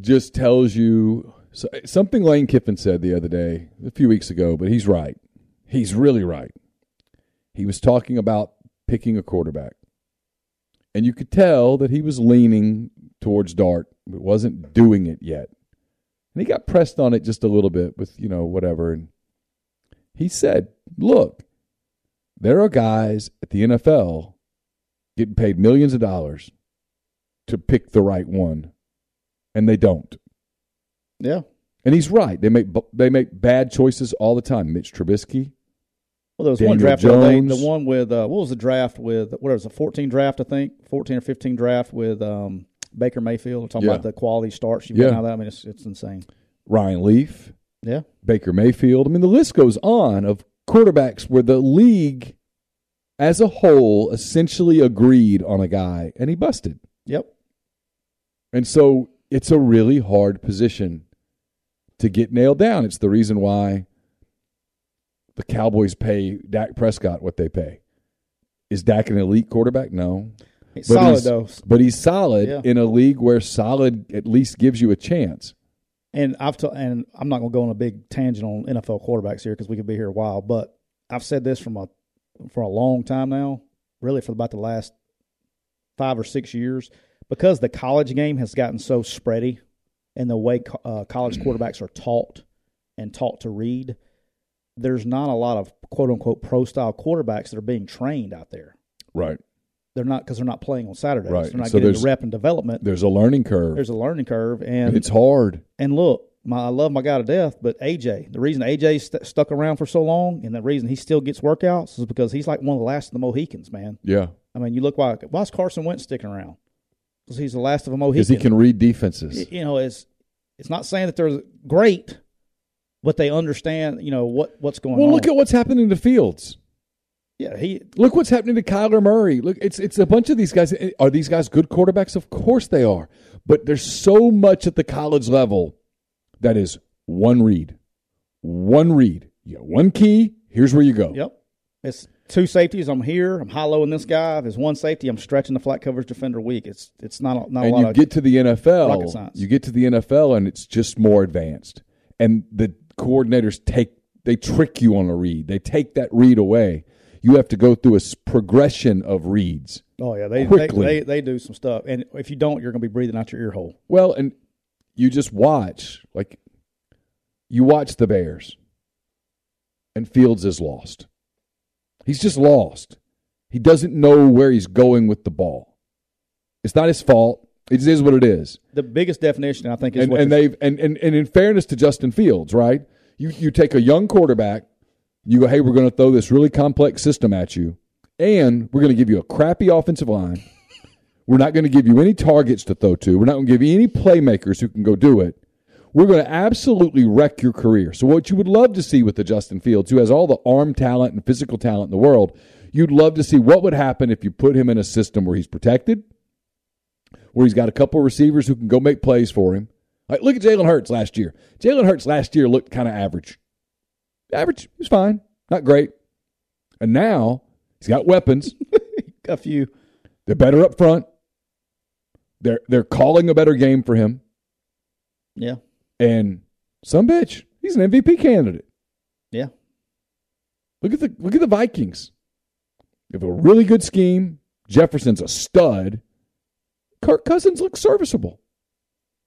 just tells you so, something Lane Kiffin said the other day, a few weeks ago, but he's right. He's really right. He was talking about picking a quarterback. And you could tell that he was leaning towards Dart, but wasn't doing it yet. And he got pressed on it just a little bit with, you know, whatever. And he said, Look, there are guys at the NFL getting paid millions of dollars to pick the right one, and they don't.
Yeah.
And he's right. They make bu- they make bad choices all the time. Mitch Trubisky.
Well, there was
Daniel
one draft where they-
Jones.
the one with uh, what was the draft with what was a fourteen draft I think fourteen or fifteen draft with um, Baker Mayfield. I'm talking
Yeah.
about the quality starts you
Yeah.
get out of that. I mean, it's it's insane.
Ryan Leaf,
Yeah,
Baker Mayfield. I mean, the list goes on of quarterbacks where the league as a whole essentially agreed on a guy and he busted.
yep.
And so it's a really hard position to get nailed down. It's the reason why the Cowboys pay Dak Prescott what they pay. Is Dak an elite quarterback? No.
It's
But
solid
he's-
though,
But he's solid
Yeah.
in a league where solid at least gives you a chance.
and I've t- and I'm not going to go on a big tangent on NFL quarterbacks here because we could be here a while. But I've said this from a for a long time now, really for about the last five or six years, because the college game has gotten so spready, and the way co- uh, college quarterbacks are taught and taught to read, there's not a lot of quote unquote pro style quarterbacks that are being trained out there.
Right.
They're not because they're not playing on Saturdays.
Right.
They're not
So
getting
there's-
the rep and development.
There's a learning curve.
There's a learning curve, and
it's hard.
and look, my, I love my guy to death, but AJ, the reason AJ st- stuck around for so long and the reason he still gets workouts is because he's like one of the last of the Mohicans, man.
Yeah.
I mean, you look why why's Carson Wentz sticking around? Because he's the last of a Mohican.
Because he can read defenses.
Y- You know, it's it's not saying that they're great, but they understand, you know, what what's going
Well,
on.
look at what's happening to Fields.
yeah, he
Look what's happening to Kyler Murray. Look, it's it's a bunch of these guys. Are these guys good quarterbacks? Of course they are. But there's so much at the college level that is one read. One read. You got one key. Here's where you go.
Yep. It's two safeties. I'm here. I'm high lowing this guy. If it's one safety, I'm stretching the flat coverage defender weak. It's it's not a, not a
and
lot
you
of
get to the
rocket
NFL,
science.
you get to the NFL, and it's just more advanced. And the coordinators take they trick you on a read. They take that read away. You have to go through a s- progression of reads.
oh yeah they they,
quickly.
they they do some stuff and if you don't you're gonna be breathing out your ear hole.
Well, and you just watch like you watch the Bears, and Fields is lost. He's just lost. He doesn't know where he's going with the ball. It's not his fault. It is what it is.
The biggest definition, I think, is
and,
what
and
you're-
they've and, and, and in fairness to Justin Fields, right? You you take a young quarterback, you go, hey, we're going to throw this really complex system at you, and we're going to give you a crappy offensive line. we're not going to give you any targets to throw to. We're not going to give you any playmakers who can go do it. We're going to absolutely wreck your career. So what you would love to see with the Justin Fields, who has all the arm talent and physical talent in the world, you'd love to see what would happen if you put him in a system where he's protected where he's got a couple of receivers who can go make plays for him. Like, look at Jalen Hurts last year. Jalen Hurts last year looked kind of average. Average, he was fine, not great. And now he's got weapons.
a few.
They're better up front. They're they're calling a better game for him.
Yeah,
And some bitch, he's an MVP candidate.
yeah,
Look at the look at the Vikings. They have a really good scheme. Jefferson's a stud. Kirk Cousins looks serviceable.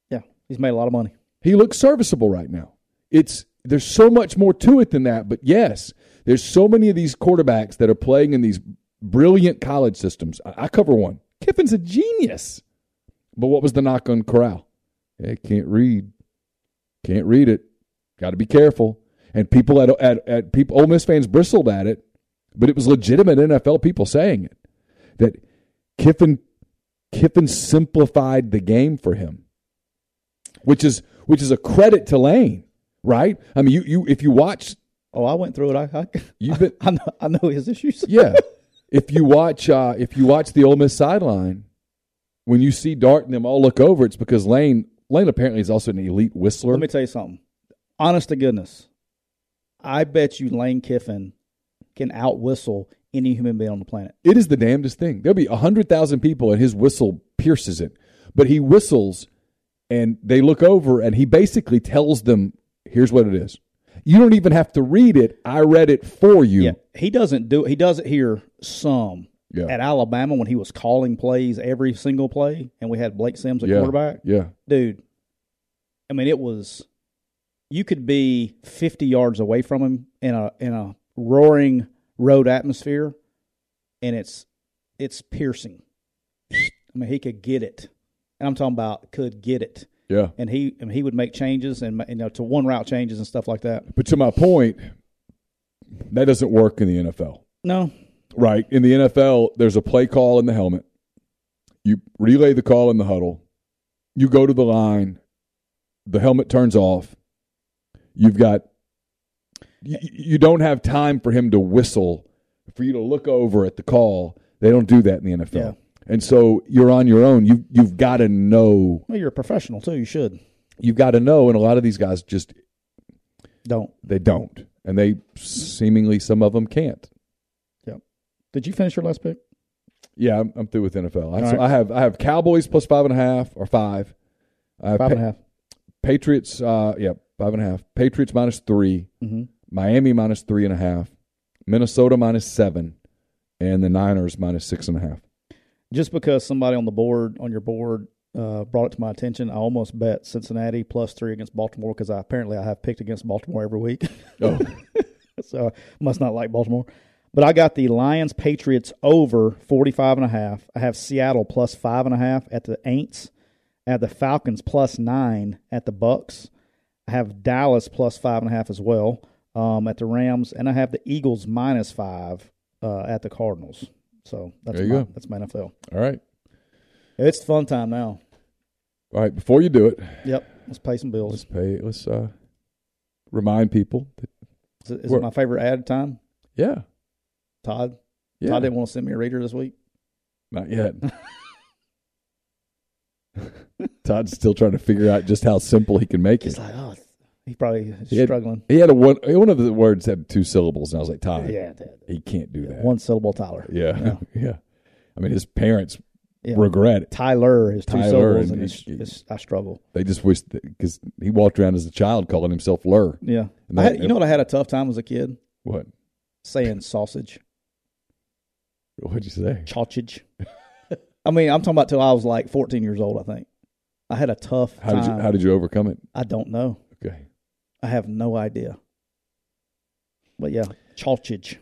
yeah. He's made a lot of money.
He looks serviceable right now. It's there's so much more to it than that, but yes, there's so many of these quarterbacks that are playing in these brilliant college systems. I, I cover one. Kiffin's a genius. But what was the knock on Corral? Hey, can't read. Can't read it. Got to be careful. And people at, at at people Ole Miss fans bristled at it, but it was legitimate NFL people saying it that Kiffin Kiffin simplified the game for him which is which is a credit to Lane, right? I mean, you you if you watch,
Oh, I went through it. I I,
you've been
I, know, I know his issues.
yeah. If you watch uh, if you watch the Ole Miss sideline, when you see Dart and them all look over, it's because Lane Lane apparently is also an elite whistler.
Let me tell you something. Honest to goodness, I bet you Lane Kiffin can out whistle any human being on the planet.
It is the damnedest thing. There'll be 100,000 people and his whistle pierces it. But he whistles and they look over and he basically tells them, here's what it is. You don't even have to read it. I read it for you.
Yeah, he doesn't do. He does it here some
Yeah.
at Alabama when he was calling plays every single play, and we had Blake Sims at
yeah.
quarterback.
Yeah.
Dude, I mean, it was. You could be fifty yards away from him in a in a roaring road atmosphere, and it's it's piercing. I mean, he could get it, and I'm talking about could get it.
Yeah.
And he and he would make changes and ma- you know to one route changes and stuff like that.
But to my point, that doesn't work in the NFL.
No,
Right. In the NFL, there's a play call in the helmet. You relay the call in the huddle. You go to the line. The helmet turns off. You've got you, you don't have time for him to whistle for you to look over at the call. They don't do that in the NFL.
Yeah.
And so you're on your own. You you've got to know.
well, you're a professional too. You should
You've got to know and a lot of these guys just
don't.
they don't. And they seemingly some of them can't.
Did you finish your last pick?
Yeah, I'm, I'm through with NFL. I,
All
so
right.
I have I have Cowboys plus five and a half or five. I have
Five
Pa-
and a half.
Patriots. Uh, yeah, five and a half. Patriots minus three.
Mhm.
Miami minus three and a half. Minnesota minus seven, and the Niners minus six and a half.
Just because somebody on the board on your board uh, brought it to my attention, I almost bet Cincinnati plus three against Baltimore because I apparently I have picked against Baltimore every week,
Oh,
so I must not like Baltimore. But I got the Lions Patriots over 45 and a half. I have Seattle plus five and a half at the Aints. I have the Falcons plus nine at the Bucks. I have Dallas plus five and a half as well um, at the Rams, and I have the Eagles minus five uh, at the Cardinals. So that's
There you
my,
go.
that's my NFL.
all right,
It's fun time now.
all right. Before you do it,
Yep, let's pay some bills.
let's pay. Let's uh, remind people. That,
Is it, is
We're-
it my favorite ad time?
yeah,
Todd.
yeah.
Todd didn't want to send me a reader this week.
Not yet. Todd's still trying to figure out just how simple he can make it.
He's like, oh, it's- he probably is
He had-
struggling.
He had a one. One of the words had two syllables, and I was like, "Todd,
Yeah, that-
he can't do that."
one syllable Tyler.
Yeah,
Yeah.
yeah. I mean, his parents
Yeah.
regret it.
Tyler is two
Tyler,
syllables,
and
and,
he-
it's, it's, I struggle.
They just wish because he walked around as a child calling himself Lur.
Yeah,
And
I
that-
had, you know what? I had a tough time as a kid
What?
saying sausage,
What'd you say?
sausage. I mean, I'm talking about till I was like 14 years old. I think I had a tough
How
time.
did you How did you overcome it?
I don't know.
Okay.
I have no idea. But yeah, sausage.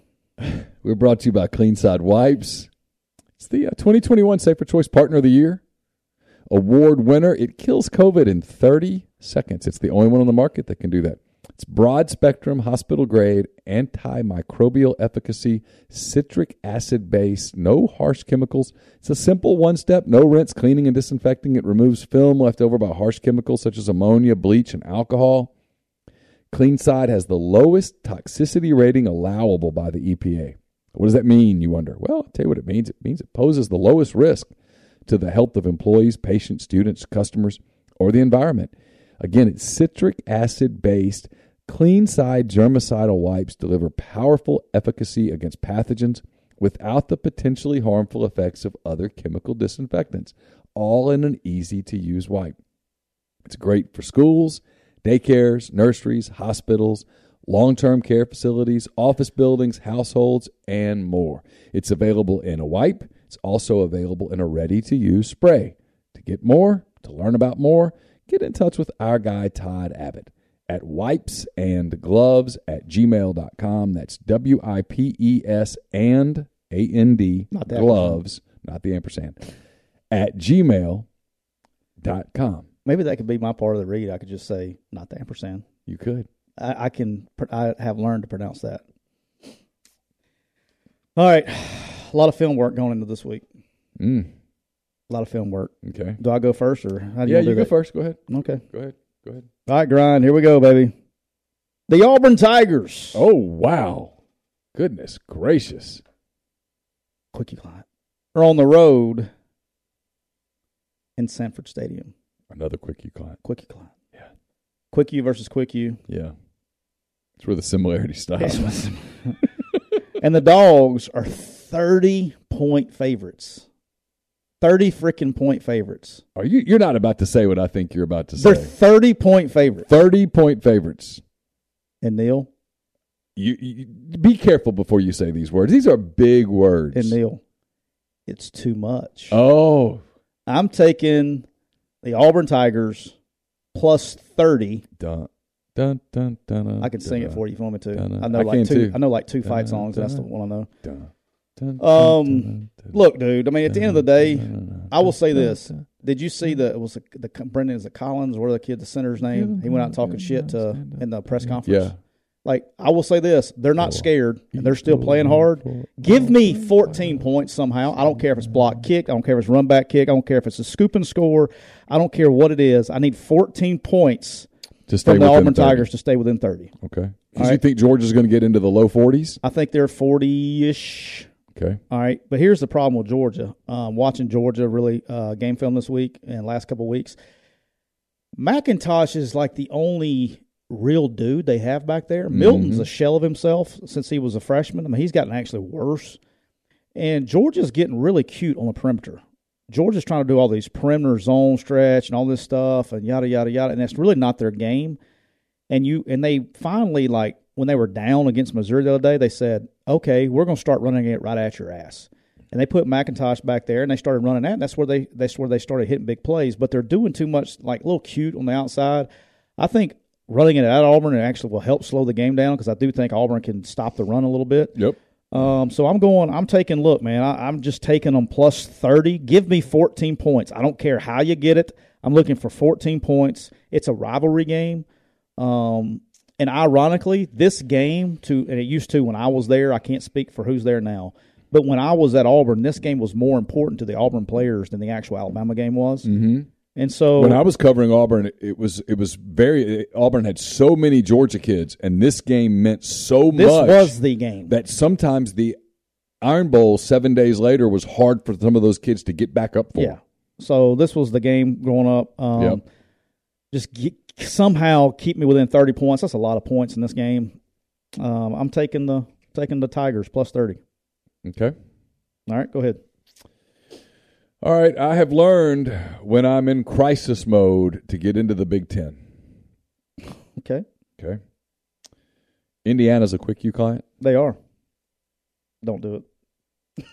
We're brought to you by Clean Side Wipes. It's the uh, 2021 Safer Choice Partner of the Year award winner. It kills COVID in 30 seconds. It's the only one on the market that can do that. It's broad spectrum, hospital grade, antimicrobial efficacy, citric acid base, no harsh chemicals. It's a simple one step, no rinse, cleaning, and disinfecting. It removes film left over by harsh chemicals such as ammonia, bleach, and alcohol. Clean Side has the lowest toxicity rating allowable by the E EPA. What does that mean, you wonder? Well, I'll tell you what it means. It means it poses the lowest risk to the health of employees, patients, students, customers, or the environment. Again, it's citric acid based. Clean Side germicidal wipes deliver powerful efficacy against pathogens without the potentially harmful effects of other chemical disinfectants, all in an easy to use wipe. It's great for schools, daycares, nurseries, hospitals, long term care facilities, office buildings, households, and more. It's available in a wipe. It's also available in a ready to use spray. To get more, to learn about more, get in touch with our guy, Todd Abbott, at wipesandgloves at gmail.com. That's W I P E S and A N D
Not the
gloves, not the ampersand, at gmail.com.
Maybe that could be my part of the read. I could just say not the ampersand.
You could.
I, I can. pr- I have learned to pronounce that. All right, a lot of film work going into this week.
Mm,
A lot of film work.
okay.
Do I go first, or how do
Yeah,
you, wanna
you
do
go
that?
first. Go ahead.
Okay.
Go ahead. Go ahead.
All right, grind. Here we go, baby. The Auburn Tigers.
Oh wow! Goodness gracious!
Quickie client. Are on the road in Sanford Stadium.
Another quickie client.
Quickie client.
Yeah.
Quickie versus Quickie.
Yeah, it's where the similarities stop.
That's what's- and the dogs are 30 point favorites. 30 freaking point favorites.
Are you? You're not about to say what I think you're about to
They're
say.
30 point favorites.
Thirty point favorites.
And Neil,
You, you be careful before you say these words. These are big words.
and Neil, it's too much.
oh,
I'm taking the Auburn Tigers plus 30.
dun dun dun dun. dun
I can sing it for you if you want me to.
Dun, dun.
I know
I
like
can
two
too.
I know like two
Dun,
fight songs, and that's the
dun.
one I know.
Dun, dun, dun,
Um,
dun, dun,
Look, dude, I mean at the end of the day,
dun,
I will say
dun,
this.
dun.
Did you see the it was the, the Brendan is it Collins, what are the kid, the center's name? He went out talking shit to, in the press conference.
Yeah. Oh,
Like I will say this, they're not scared and they're still playing hard. Give me 14 points somehow. I don't care if it's block kick, I don't care if it's run back kick, I don't care if it's a scoop and score. I don't care what it is. I need 14 points
Just stay
from the
within
Auburn
30.
Tigers to stay within 30.
Okay.
All
Because you
right.
think Georgia's going to get into the low 40s?
I think they're 40-ish.
Okay.
All right, but here's the problem with Georgia. Um, watching Georgia really uh, game film this week and last couple weeks, McIntosh is like the only real dude they have back there. Milton's a shell of himself since he was a freshman. I mean, he's gotten actually worse. And Georgia's getting really cute on the perimeter. Georgia's trying to do all these perimeter zone stretch and all this stuff and yada yada yada, and that's really not their game and you and they finally like when they were down against Missouri the other day, they said, "Okay, we're going to start running it right at your ass." And they put McIntosh back there, and they started running that. And that's where they that's where they started hitting big plays. But they're doing too much, like a little cute on the outside. I think running it at Auburn actually will help slow the game down because I do think Auburn can stop the run a little bit.
Yep.
Um, so I'm going. I'm taking. Look, man, I, I'm just taking them plus thirty. Give me fourteen points. I don't care how you get it. I'm looking for fourteen points. It's a rivalry game, um, and ironically, this game to and it used to when I was there. I can't speak for who's there now, but when I was at Auburn, this game was more important to the Auburn players than the actual Alabama game was. Mm-hmm. And so
When I was covering Auburn, it was it was very Auburn had so many Georgia kids, and this game meant so
this
much
was the game.
that sometimes the Iron Bowl seven days later was hard for some of those kids to get back up for.
yeah. So this was the game growing up. Um,
Yep.
just get, somehow keep me within 30 points. That's a lot of points in this game. Um, I'm taking the taking the Tigers plus 30.
Okay.
All right, go ahead.
All right. I have learned when I'm in crisis mode to get into the Big Ten.
Okay,
Okay. Indiana's a quick U client.
they are. Don't do it.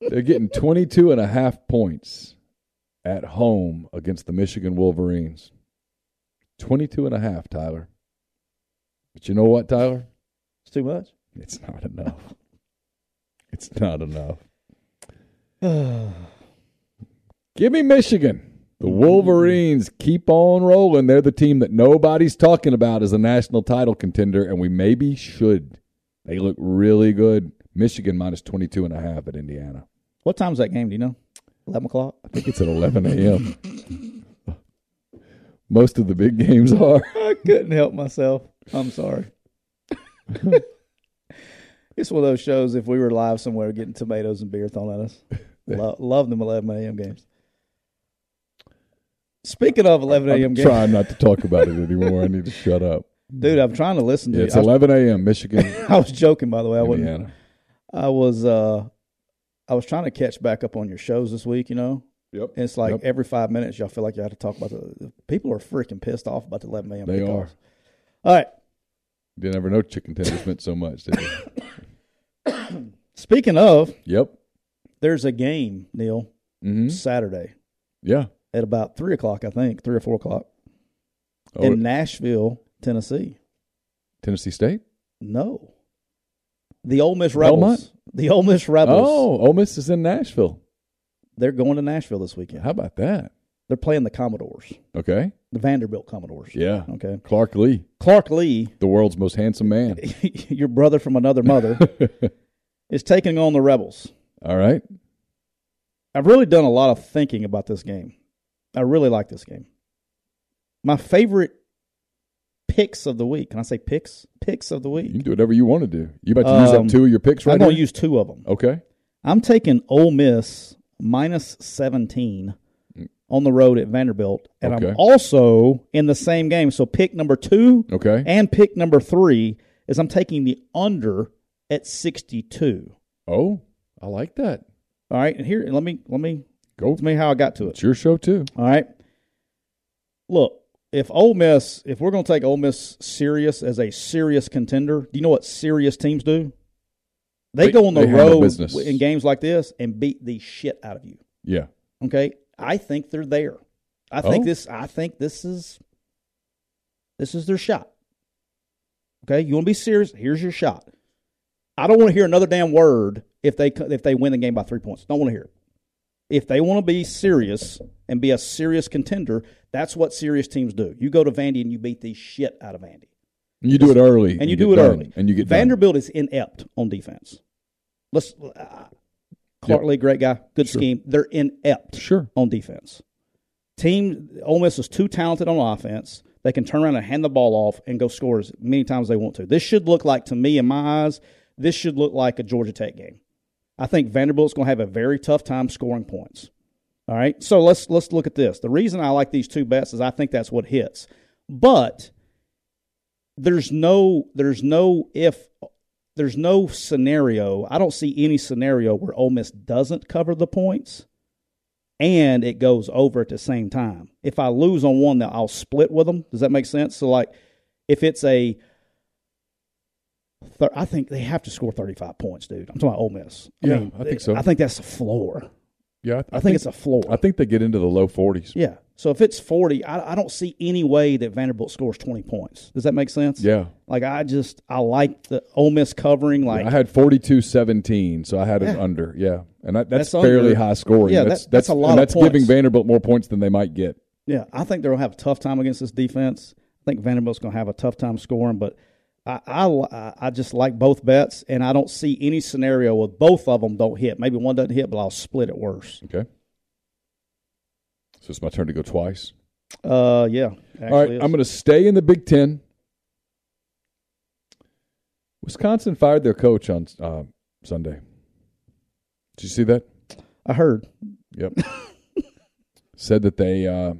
They're getting 22 and a half points at home against the Michigan Wolverines. 22 and a half, Tyler. But you know what, Tyler?
It's too much.
It's not enough. It's not enough. Give me Michigan. The Wolverines keep on rolling. They're the team that nobody's talking about as a national title contender, and we maybe should. They look really good. Michigan minus 22 and a half at Indiana.
What time's that game? Do you know? 11 o'clock.
I think it's at 11 a.m. Most of the big games are.
I couldn't help myself. I'm sorry. it's one of those shows. If we were live somewhere, getting tomatoes and beer thrown at us, Lo- love them 11 a.m. games. Speaking of 11 a.m.
I'm
games,
trying not to talk about it anymore. I need to shut up.
dude, I'm trying to listen to
It's
you. I was-
11 a.m. Michigan,
I was joking, by the way. I wasn't.
Indiana.
I was. uh I was trying to catch back up on your shows this week. You know,
Yep.
and it's like
Yep.
every five minutes, y'all feel like you have to talk about the people are freaking pissed off about the 11 a.m.
They
kickoffs.
are.
All right.
You never know chicken tenders meant so much. Did you?
Speaking of,
yep.
there's a game, Neil,
Mm-hmm.
Saturday
Yeah.
at about three o'clock, I think, three or four o'clock
Oh,
in Nashville, Tennessee.
Tennessee State.
No, the Ole Miss Rebels.
Belmont?
The Ole Miss Rebels.
Oh, Ole Miss is in Nashville.
They're going to Nashville this weekend.
How about that?
They're playing the Commodores,
Okay.
the Vanderbilt Commodores.
Yeah.
Okay.
Clark Lee,
Clark Lee,
the world's most handsome man.
your brother from another mother, is taking on the Rebels.
All right.
I've really done a lot of thinking about this game. I really like this game. My favorite picks of the week. Can I say picks? Picks of the
You
week.
can do whatever you want to do. You about to use up
Um,
two of your picks right
I'm going to
here? Oh.
use two of them.
okay.
I'm taking Ole Miss minus 17 on the road at Vanderbilt, and
Mm. Okay.
I'm also in the same game. So pick number two
Okay.
and pick number three is I'm taking the under at 62.
Oh, I like that.
All right, and here let me let me
Go.
tell me how I got to
It's
it.
your show too.
All right, look, if Ole Miss, if we're going to take Ole Miss serious as a serious contender, do you know what serious teams do? They,
They-
go on the
they handle
road
business.
in games like this and beat the shit out of you.
Yeah.
Okay, I think they're there. I think
Oh.
this. I think this is. This is their shot. Okay, you want to be serious? Here's your shot. I don't want to hear another damn word if they co- if they win the game by three points. Don't want to hear it. If they want to be serious and be a serious contender, that's what serious teams do. You go to Vandy and you beat the shit out of Vandy,
And you do it early,
and you, do it
get done,
early,
and you get done.
Vanderbilt is inept on defense. Let's uh, Clark Lee, great guy, good scheme. They're inept
Sure.
on defense. Team Ole Miss is too talented on offense. They can turn around and hand the ball off and go score as many times as they want to. This should look like, to me, in my eyes, this should look like a Georgia Tech game. I think Vanderbilt's going to have a very tough time scoring points. All right, so let's let's look at this. The reason I like these two bets is I think that's what hits, but there's no there's no if there's no scenario. I don't see any scenario where Ole Miss doesn't cover the points and it goes over at the same time. If I lose on one, then I'll split with them. Does that make sense? So, like, if it's a, thir- I think they have to score thirty-five points, dude. I'm talking about Ole Miss. I
Yeah,
mean,
I think so.
I think that's a floor.
Yeah.
I, think, it's a floor.
I think they get into the low forties.
yeah. So if it's forty, I, I don't see any way that Vanderbilt scores twenty points. Does that make sense?
Yeah.
Like I just I like the Ole Miss covering. Like
I had 42-17, so I had it
Yeah.
under. Yeah, and that, that's,
That's
fairly
under.
high scoring.
Yeah,
that's,
that- that's a lot
and
of
that's
points.
giving Vanderbilt more points than they might get.
Yeah, I think they'll have a tough time against this defense. I think Vanderbilt's going to have a tough time scoring, but I, I li- I I just like both bets, and I don't see any scenario where both of them don't hit. Maybe one doesn't hit, but I'll split it worse.
Okay, so it's my turn to go twice.
Uh, yeah. it
All right,
actually is.
I'm going to stay in the Big Ten. Wisconsin fired their coach on uh, Sunday. Did you see that?
I heard.
Yep. Said that they uh,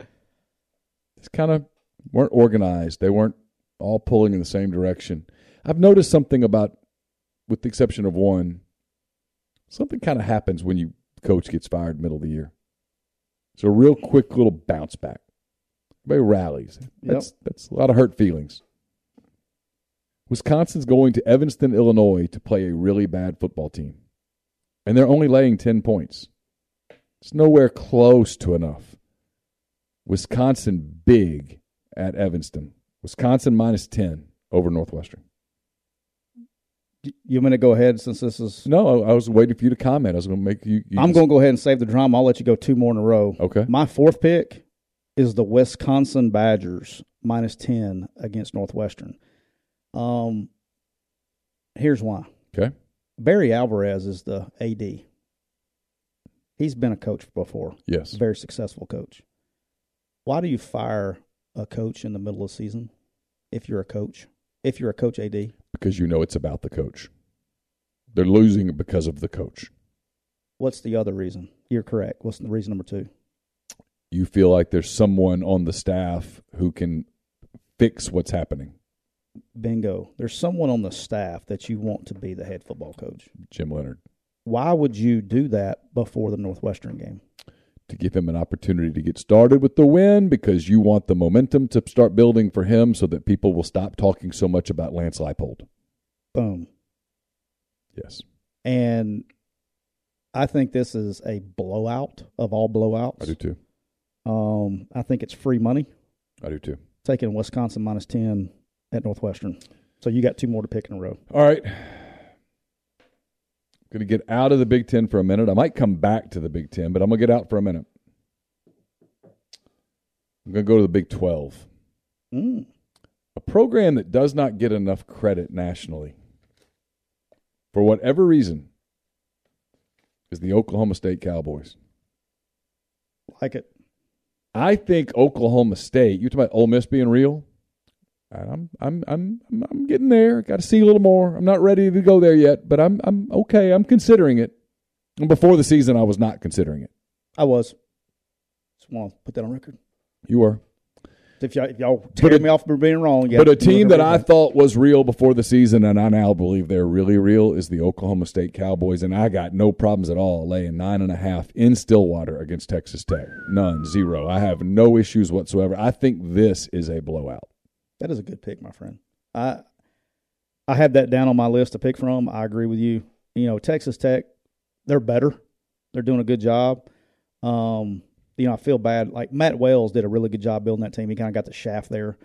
just kind of weren't organized. They weren't all pulling in the same direction. I've noticed something about, with the exception of one, something kind of happens when you coach gets fired middle of the year. It's a real quick little bounce back. Everybody rallies. That's that's a lot of hurt feelings. Wisconsin's going to Evanston, Illinois, to play a really bad football team, and they're only laying ten points. It's nowhere close to enough. Wisconsin big at Evanston. Wisconsin minus 10 over Northwestern.
Y- You want me to go ahead since this is?
No, I I was waiting for you to comment. I was going to make you. you
I'm
just-
going to go ahead and save the drama. I'll let you go two more in a row.
Okay.
My fourth pick is the Wisconsin Badgers minus ten against Northwestern. Um, here's why.
Okay.
Barry Alvarez is the AD. He's been a coach before,
Yes.
very successful coach. Why do you fire a coach in the middle of the season if you're a coach? If you're a coach AD,
Because you know it's about the coach. They're losing because of the coach.
what's the other reason? You're correct. What's the reason number two?
You feel like there's someone on the staff who can fix what's happening.
Bingo. There's someone on the staff that you want to be the head football coach.
Jim Leonard.
Why would you do that before the Northwestern game?
to give him an opportunity to get started with the win because you want the momentum to start building for him so that people will stop talking so much about Lance Leipold.
Boom.
Yes.
And I think this is a blowout of all blowouts.
I do too.
Um, I think it's free money
I do too.
taking Wisconsin minus ten at Northwestern. So you got two more to pick in a row.
All right. Going to get out of the Big Ten for a minute. I might come back to the Big Ten, but I'm going to get out for a minute. I'm going to go to the Big 12.
Mm.
a program that does not get enough credit nationally for whatever reason is the Oklahoma State Cowboys.
Like it.
I think Oklahoma State. You talking about Ole Miss being real? I'm I'm I'm I'm, I'm getting there. Got to see a little more. I'm not ready to go there yet, but I'm I'm okay. I'm considering it. And before the season, I was not considering it.
I was. Just want to put that on record.
You were.
If y'all, if y'all tear
a-
me off for being wrong, yeah,
But a
you're
team
gonna
that
be
I
right.
thought was real before the season, and I now believe they're really real, is the Oklahoma State Cowboys. And I got no problems at all laying nine and a half in Stillwater against Texas Tech. None, zero. I have no issues whatsoever. I think this is a blowout.
that is a good pick, my friend. I I had that down on my list to pick from. I agree with you. You know, Texas Tech, they're better. They're doing a good job. Um, you know, I feel bad. Like Matt Wells did a really good job building that team. He kind of got the shaft there,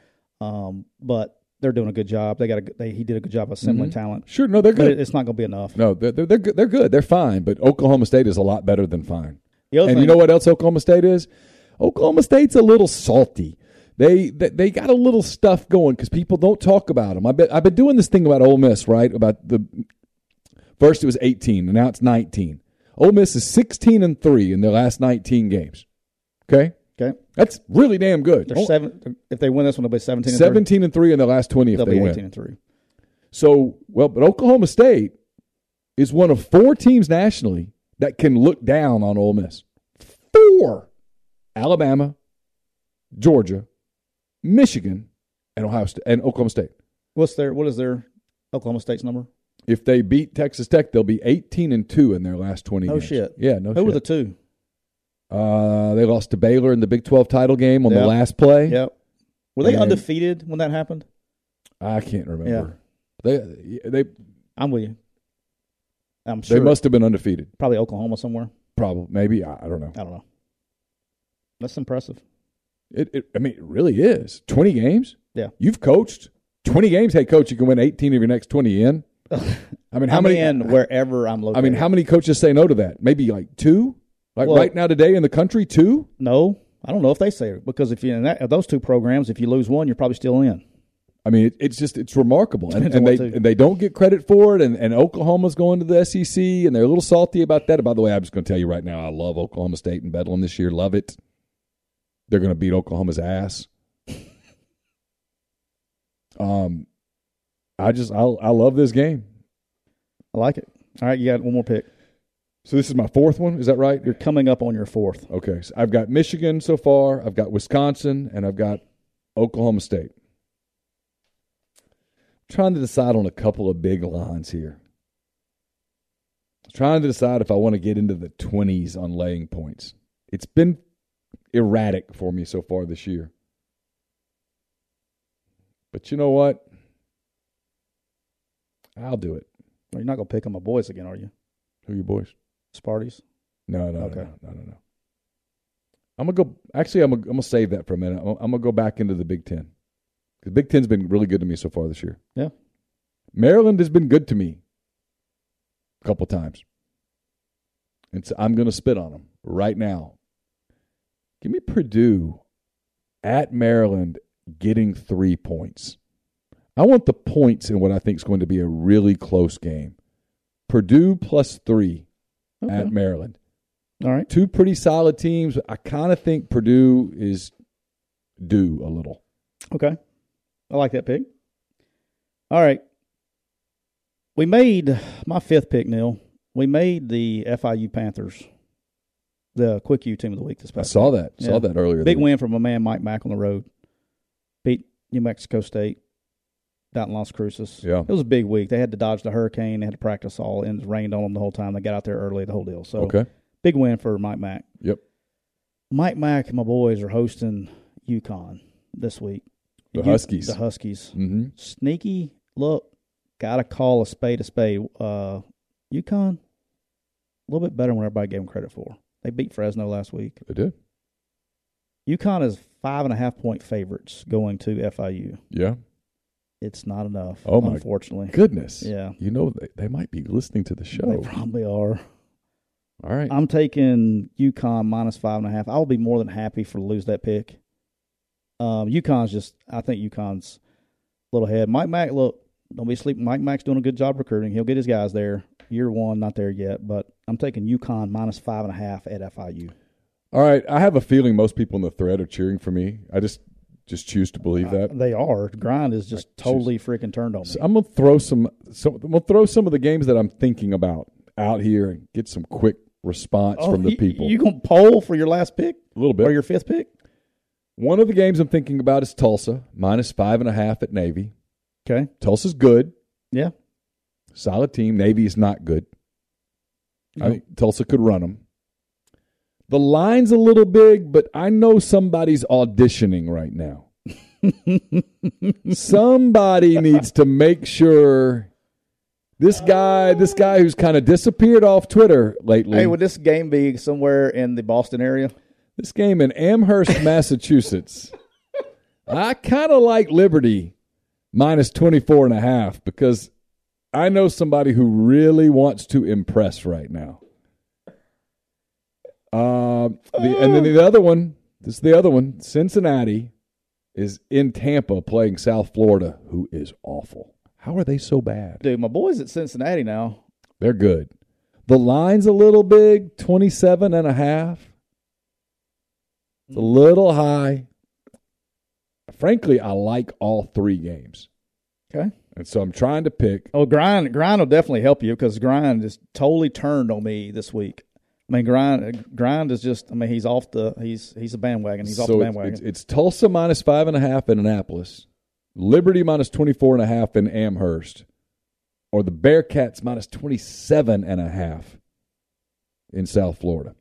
um, but they're doing a good job. They got a good- they, he did a good job assembling
Mm-hmm.
talent,
Sure, no, they're
but
good.
it, it's not going to be enough.
no, they're, they're, they're good. They're good. They're fine. But Oklahoma State is a lot better than fine.
The other
and you
thing-
know what else Oklahoma State is? Oklahoma State's a little salty. They they, they got a little stuff going because people don't talk about them. I bet I've been doing this thing about Ole Miss, right? About the first it was 18 and now it's 19. Ole Miss is 16 and three in their last 19 games. Okay,
Okay,
that's really damn good.
they're
Oh,
seven. If they win this one, they'll be seventeen. And 30.
17 and three in their last 20 if
they'll
they
be
win.
eighteen and three.
So, well, but Oklahoma State is one of four teams nationally that can look down on Ole Miss. Four Alabama, Georgia, Michigan, and Ohio State, and Oklahoma State.
What's their what is their Oklahoma State's number?
If they beat Texas Tech, they'll be 18 and 2 in their last 20
No
games.
Oh, shit.
Yeah, no
Who were the
shit.
two?
uh, they lost to Baylor in the Big 12 title game on the
Yeah.
last play.
Yep. Were they
And-
undefeated when that happened?
I can't remember. They they
I'm with you. I'm
they
sure.
must have been undefeated.
probably Oklahoma somewhere.
Probably maybe I, I don't know.
I don't know. That's impressive.
It, it, I mean, it really is. 20 games?
Yeah.
You've coached 20 games. Hey, coach, you can win 18 of your next 20 in. I mean, how
I'm
many?
in wherever I'm located.
I mean, how many coaches say no to that? Maybe like two? Like
Well-
right now today in the country, two?
No, I don't know if they say it because if you in that, those two programs, if you lose one, you're probably still in.
I mean, it, it's just, it's remarkable. And,
Depends on
and, they,
what two.
and they don't get credit for it. And, and Oklahoma's going to the SEC and they're a little salty about that. And by the way, I'm just going to tell you right now, I love Oklahoma State and Bedlam this year. Love it. They're going to beat Oklahoma's ass. um, I just, I, I love this game.
I like it. All right, you got one more pick.
So this is my fourth one. Is that right?
You're coming up on your fourth.
Okay. So I've got Michigan so far. I've got Wisconsin, and I've got Oklahoma State. trying to decide on a couple of big lines here. trying to decide if I want to get into the twenties on laying points. It's been erratic for me so far this year. But you know what? I'll do it.
You're not gonna pick on my boys again, are you?
Who are you boys?
Sparties.
No, no,
Okay.
no, no, no, no. I'm gonna go. Actually, I'm gonna, I'm gonna save that for a minute. I'm, I'm gonna go back into the Big Ten because Big Ten's been really good to me so far this year.
Yeah.
Maryland has been good to me a couple times, and so I'm gonna spit on them right now. Give me Purdue at Maryland getting three points. I want the points in what I think is going to be a really close game. Purdue plus three
Okay.
at Maryland
All right.
two pretty solid teams. I kind of think Purdue is due a little.
Okay. I like that pick. All right. We made my fifth pick, Neil. We made the FIU Panthers the Quick U team of the week this
I
past
saw that.
Yeah.
Saw that earlier.
Big
They-
win from my man Mike Mack on the road. Beat New Mexico State down in Las Cruces.
Yeah.
It was a big week. They had to dodge the hurricane. They had to practice all, and it rained on them the whole time. They got out there early, the whole deal. So,
Okay.
big win for Mike Mack.
Yep.
Mike Mack and my boys are hosting UConn this week.
The
U-
Huskies.
The Huskies
Mm-hmm.
sneaky look. Got to call a spade a spade. Uh, UConn, a little bit better than what everybody gave them credit for. They beat Fresno last week.
They did.
UConn is five and a half point favorites going to FIU.
Yeah.
It's not enough.
Oh, my
unfortunately,
Goodness.
yeah,
You know they, they might be listening to the
they Um,
show.
probably are.
All right.
I'm taking UConn minus five and a half. I'll be more than happy for to lose that pick. Um, UConn's just, I think UConn's a little ahead. Mike Mack, look, don't be sleeping. Mike Mack's doing a good job recruiting. He'll get his guys there. Year one, not there yet, but I'm taking UConn minus five and a half at FIU.
All right. I have a feeling most people in the thread are cheering for me. I just just choose to believe that.
They are. Grind is just totally freaking turned on me.
So I'm gonna throw some. So I'm gonna throw some of the games that I'm thinking about out here and get some
Oh,
quick response from the people.
You, you going to poll for your last pick
a little bit.
or your fifth pick?
One of the games I'm thinking about is Tulsa, minus five and a half at Navy.
Okay.
Tulsa's good,
Yeah.
solid team. Navy is not good. I think Tulsa could run them. The line's a little big, but I know somebody's auditioning right now. Somebody needs to make sure this guy, this guy who's kind of disappeared off Twitter lately.
Hey, would this game be somewhere in the Boston area?
This game in Amherst, Massachusetts. I kind of like Liberty minus 24 and a half because I know somebody who really wants to impress right now. Uh, the, and then the other one, this is the other one. Cincinnati is in Tampa playing South Florida, who is awful. How are they so bad?
Dude, my boy's at Cincinnati now.
They're good. The line's a little big, 27 and a half. It's a little high. Frankly, I like all three games.
Okay.
And so I'm trying to pick.
Oh, grind, grind will definitely help you because grind just totally turned on me this week. I mean, grind, grind is just. I mean, he's off the. He's he's a bandwagon. He's off
so
the
it's,
bandwagon.
it's, it's Tulsa minus five and a half in Annapolis, Liberty minus 24 and a half in Amherst, or the Bearcats minus 27 and a half in South Florida.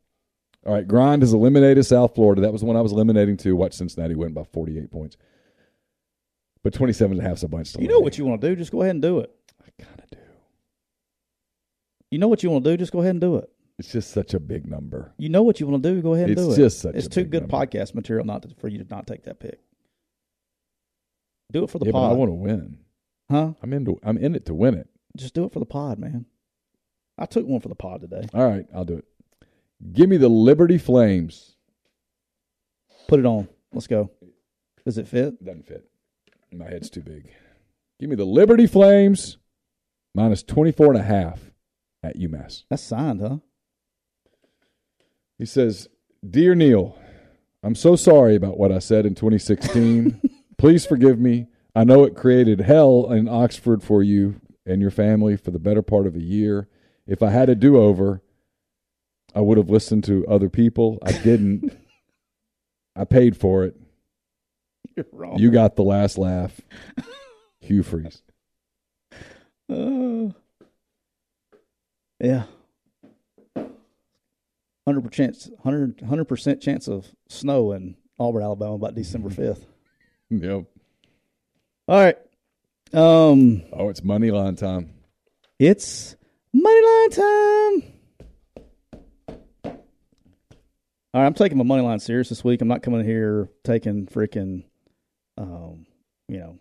All right, Grind has eliminated South Florida. That was the one I was eliminating to. Watch Cincinnati win by 48 points. But 27 and a half is a bunch. to
you know
like.
what you want to do? Just go ahead and do it.
I kind of do.
You know what you want to do? Just go ahead and do it.
It's just such a big number.
You know what you want to do? Go ahead and
It's
do it.
just such
it's
a
too
big
good
number.
podcast material not to, for you to not take that pick. Do it for the
Yeah, but I
pod,
want to win.
huh?
I'm into. I'm in it to win it.
Just do it for the pod, man. I took one for the pod today.
All right, I'll do it. Give me the Liberty Flames.
Put it on. Let's go. Does it fit?
Doesn't fit. My head's too big. Give me the Liberty Flames minus 24 and a half at UMass.
That's signed, huh?
He says, Dear Neil, I'm so sorry about what I said in 2016. Please forgive me. I know it created hell in Oxford for you and your family for the better part of a year. If I had a do over, I would have listened to other people. I didn't. I paid for it.
You're wrong.
You got the last laugh. Hugh Freeze.
Uh, yeah. 100% chance, 100, 100% chance of snow in Auburn, Alabama by December
Mm-hmm. Yep.
5th. All right. Um,
Oh, it's money line time.
it's money line time. All right, I'm taking my money line serious this week. I'm not coming here taking freaking, um, you know,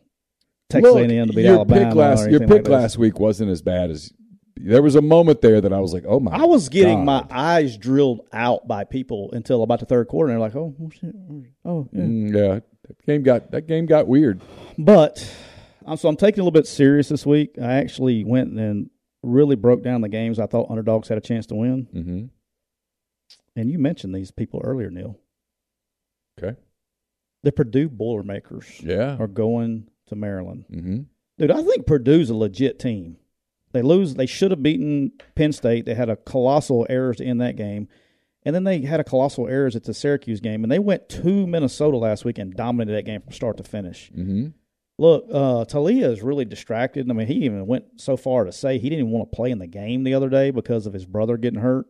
Texas
Look,
A&M to beat
your
Alabama.
Pick
or
last, your
anything
pick
like this.
last week wasn't as bad as. There was a moment there that I was like, "Oh my!"
I was getting
God.
my eyes drilled out by people until about the third quarter. And they're like, oh, oh, shit. oh, Oh, yeah.
Mm, yeah, that game got that game got weird.
But I'm, so I'm taking it a little bit serious this week. I actually went and really broke down the games I thought underdogs had a chance to win.
Mm-hmm.
And you mentioned these people earlier, Neil.
Okay.
The Purdue Boilermakers
Yeah.
are going to Maryland.
Mm-hmm.
Dude, I think Purdue's a legit team. They lose. They should have beaten Penn State. They had a colossal errors to end that game, and then they had a colossal errors at the Syracuse game, and they went to Minnesota last week and dominated that game from start to finish.
Mm-hmm.
Look, uh, Talia is really distracted. I mean, he even went so far to say he didn't even want to play in the game the other day because of his brother getting hurt.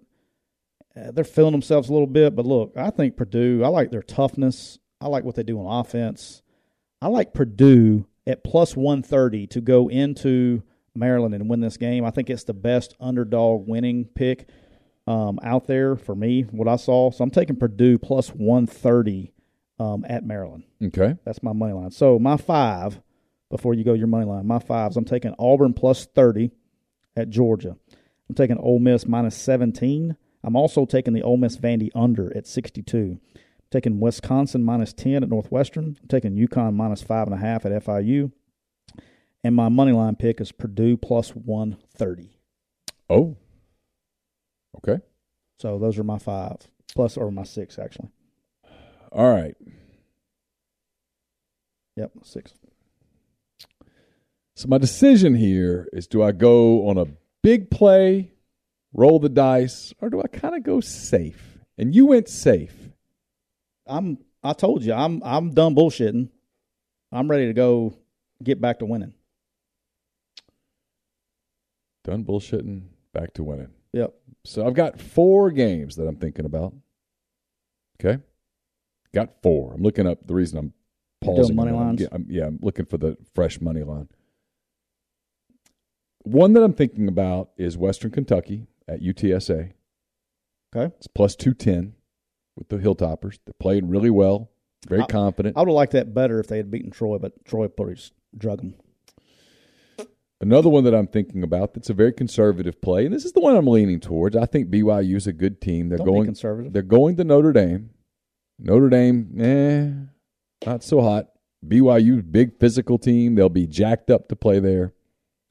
Uh, they're feeling themselves a little bit, but look, I think Purdue. I like their toughness. I like what they do on offense. I like Purdue at plus one thirty to go into Maryland and win this game. I think it's the best underdog winning pick um, out there for me. What I saw, so I'm taking Purdue plus one thirty um, at Maryland.
Okay.
That's my money line. So my five, before you go your money line, my fives. I'm taking Auburn plus thirty at Georgia. I'm taking Ole Miss minus seventeen. I'm also taking the Ole Miss Vandy under at sixty two. Taking Wisconsin minus ten at Northwestern. I'm taking UConn minus five and a half at FIU. And my money line pick is Purdue plus one thirty.
Oh. Okay.
So those are my five. Plus or my six actually.
All right.
Yep, six.
So my decision here is: do I go on a big play, roll the dice, or do I kind of go safe? And you went safe.
I'm I told you, I'm I'm done bullshitting. I'm ready to go get back to winning.
Done bullshitting, back to winning.
Yep.
So I've got four games that I'm thinking about. Okay. Got four. I'm looking up the reason I'm
You're doing
pausing.
money
on that. I'm
lines?
get- I'm- yeah, I'm looking for the fresh money line. One that I'm thinking about is Western Kentucky at UTSA.
Okay.
It's plus 210 with the Hilltoppers. They're playing really well, very
I-
confident.
I would have liked that better if they had beaten Troy, but Troy pretty s- drug them.
Another one that I'm thinking about that's a very conservative play, and this is the one I'm leaning towards. I think BYU is a good team. They're
Don't be
going
conservative.
They're going to Notre Dame. Notre Dame, eh, not so hot. BYU, big physical team. They'll be jacked up to play there.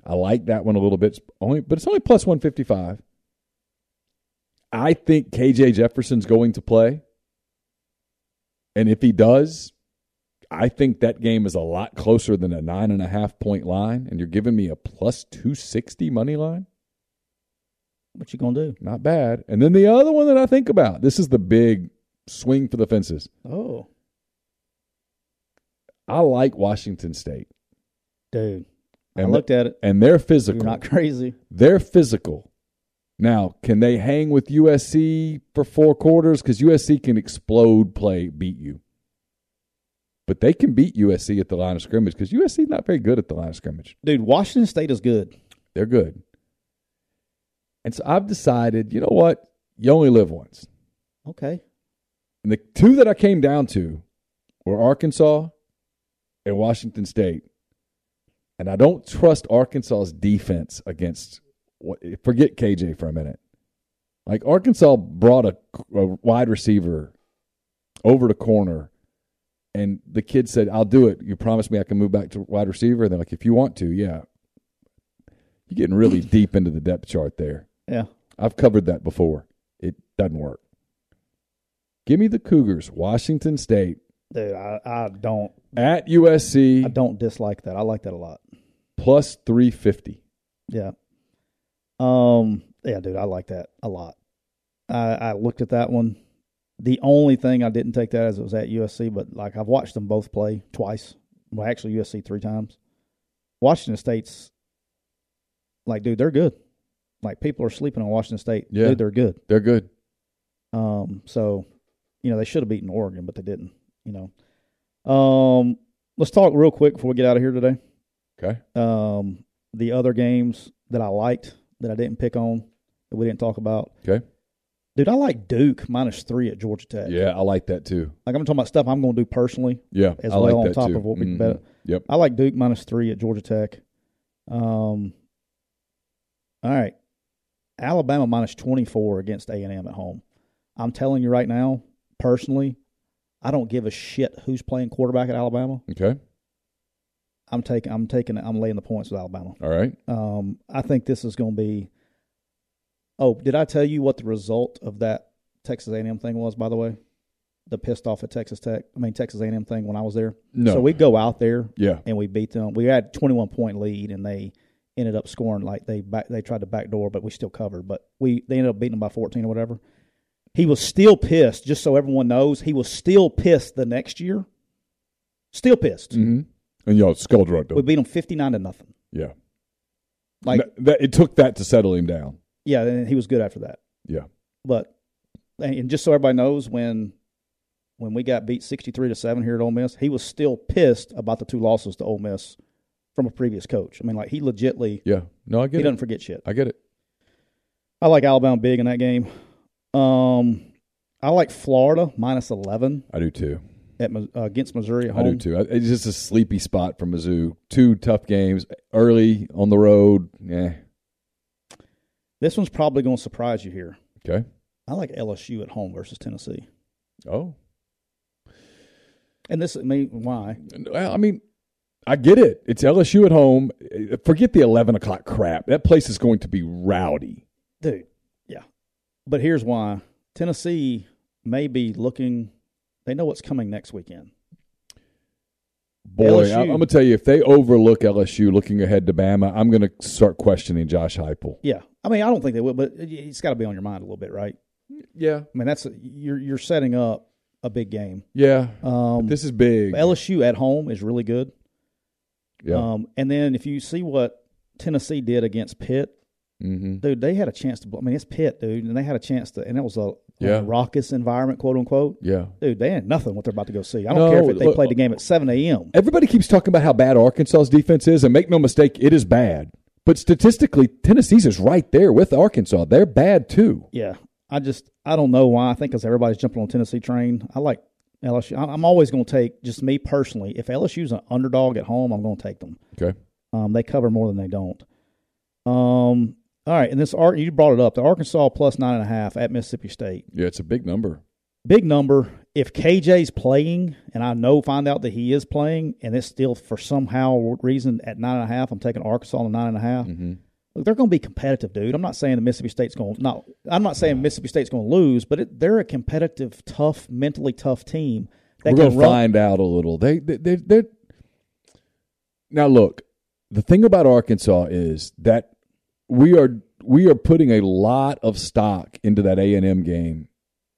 I like that one a little bit. It's only, but it's only plus one fifty five. I think KJ Jefferson's going to play, and if he does, I think that game is a lot closer than a nine and a half point line. And you're giving me a plus two sixty money line.
What you gonna do?
Not bad. And then the other one that I think about this is the big swing for the fences.
Oh,
I like Washington State.
dude, I
And
looked at it.
And they're
You're
physical.
not crazy.
they're physical. Now, can they hang with USC for four quarters? Because USC can explode play, beat you. But they can beat USC at the line of scrimmage because USC is not very good at the line of scrimmage.
Dude, Washington State is good.
They're good. And so I've decided, you know what? You only live once.
Okay.
And the two that I came down to were Arkansas and Washington State. And I don't trust Arkansas's defense against what- forget KJ for a minute. Like Arkansas brought a, a wide receiver over the corner and the kid said, "I'll do it. You promised me I can move back to wide receiver." And they're like, "If you want to, yeah." You're getting really deep into the depth chart there.
Yeah.
I've covered that before. It doesn't work. Give me the Cougars, Washington State
Dude, I, I don't
at
I
USC
don't dislike that. I like that a lot.
plus 350.
Yeah. Um. Yeah, dude, I like that a lot. I, I looked at that one. The only thing I didn't take that as it was at USC, but like I've watched them both play twice. Well, actually, USC three times. Washington State's like, dude, they're good. Like people are sleeping on Washington State.
Yeah.
Dude, they're good.
They're good.
Um, so, you know, they should have beaten Oregon, but they didn't, you know. Um, let's talk real quick before we get out of here today.
Okay.
Um, the other games that I liked that I didn't pick on that we didn't talk about.
Okay.
Dude, I like Duke minus three at Georgia Tech.
Yeah, I like that too.
Like I'm talking about stuff I'm gonna do personally.
Yeah,
As
I
well
like
on
that
top
too.
of what we
Mhm.
bet.
Yep.
I like Duke minus three at Georgia Tech. Um all right. Alabama minus twenty four against A and M at home. I'm telling you right now, personally, I don't give a shit who's playing quarterback at Alabama.
Okay.
I'm taking I'm taking I'm laying the points with Alabama.
All right.
Um, I think this is going to be. Oh, did I tell you what the result of that Texas A&M thing was? By the way, the pissed off at Texas Tech. I mean Texas A&M thing when I was there.
No.
So we go out there
Yeah.
and we beat them. We had 21 point lead and they ended up scoring like they back, they tried to backdoor, but we still covered. But we they ended up beating them by 14 or whatever. He was still pissed. Just so everyone knows, he was still pissed the next year. Still pissed.
Mhm. And y'all skull drunk
We
though.
beat them 59 to nothing.
Yeah.
Like
Th- that, it took that to settle him down.
yeah, and he was good after that.
Yeah.
But and and just so everybody knows, when when we got beat sixty three to seven here at Ole Miss, he was still pissed about the two losses to Ole Miss from a previous coach. I mean, like he legitly
Yeah. No, I
he
get
doesn't
it.
forget shit.
I get it.
I like Alabama big in that game. Um, I like Florida minus eleven
I do too.
at Mis- uh, against Missouri at
I
home.
do too. I- It's just a sleepy spot for Mizzou. Two tough games early on the road. Eh. Yeah.
This one's probably going to surprise you here.
Okay.
I like LSU at home versus Tennessee.
Oh,
And this, I mean, why?
Well, I mean, I get it. It's LSU at home. Uh, Forget the eleven o'clock crap. That place is going to be rowdy.
Dude, yeah. But here's why Tennessee may be looking, they know what's coming next weekend.
Boy,
LSU.
I, am gonna tell you, if they overlook LSU looking ahead to Bama, I'm gonna start questioning Josh Heupel.
Yeah. I mean, I don't think they will, but it- it's got to be on your mind a little bit, right?
Yeah,
I mean, that's you're you're setting up a big game.
Yeah.
Um,
this is big.
LSU at home is really good.
yeah.
Um, and then if you see what Tennessee did against Pitt,
mm-hmm.
dude, they had a chance to. bl- I mean, it's Pitt, dude, and they had a chance to, and that was a,
Yeah.
a raucous environment, quote unquote.
Yeah.
Dude, they had nothing what they're about to go see. I don't
No,
care if they
look-
played the game at seven a.m.
Everybody keeps talking about how bad Arkansas's defense is, and make no mistake, it is bad. But statistically, Tennessee's is right there with Arkansas. They're bad too.
Yeah, I just I don't know why. I think because everybody's jumping on Tennessee train. I like LSU. I- I'm always going to take just me personally. If LSU's an underdog at home, I'm going to take them.
Okay.
Um, they cover more than they don't. Um, all right, and this art you brought it up. The Arkansas plus nine and a half at Mississippi State.
Yeah, it's a big number.
Big number. If KJ's playing, and I know find out that he is playing, and it's still for somehow reason at nine and a half, I'm taking Arkansas on nine and a half.
Mm-hmm.
Look, they're going to be competitive, dude. I'm not saying the Mississippi State's going to not. I'm not saying Mississippi State's going to lose, but it, they're a competitive, tough, mentally tough team. that
We're going
can
to
run-
find out a little. They, they, they, they're. Now look, the thing about Arkansas is that we are we are putting a lot of stock into that A and M game.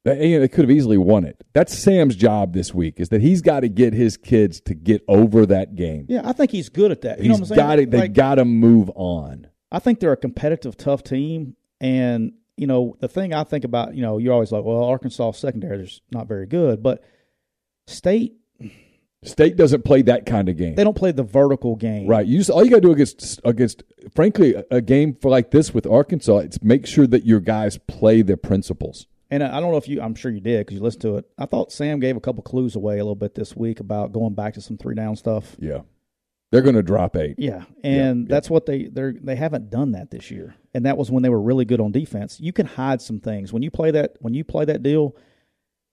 That A they could have easily won it. That's Sam's job this week is that he's got to get his kids to get over that game.
Yeah, I think he's good at that. You know
He's
what I'm saying?
got it. They
Like-
got to move on.
I think they're a competitive, tough team. And, you know, the thing I think about, you know, you're always like, well, Arkansas secondary is not very good, but state,
State doesn't play that kind of game,
they don't play the vertical game.
right? You just, all you got to do against against frankly a- a game for like this with Arkansas, it's make sure that your guys play their principles.
And I I don't know if you, I'm sure you did because you listened to it. I thought Sam gave a couple clues away a little bit this week about going back to some three down stuff.
Yeah, they're going to drop eight.
Yeah, and
yeah.
that's what they they're they haven't done that this year. And that was when they were really good on defense. You can hide some things when you play that when you play that deal.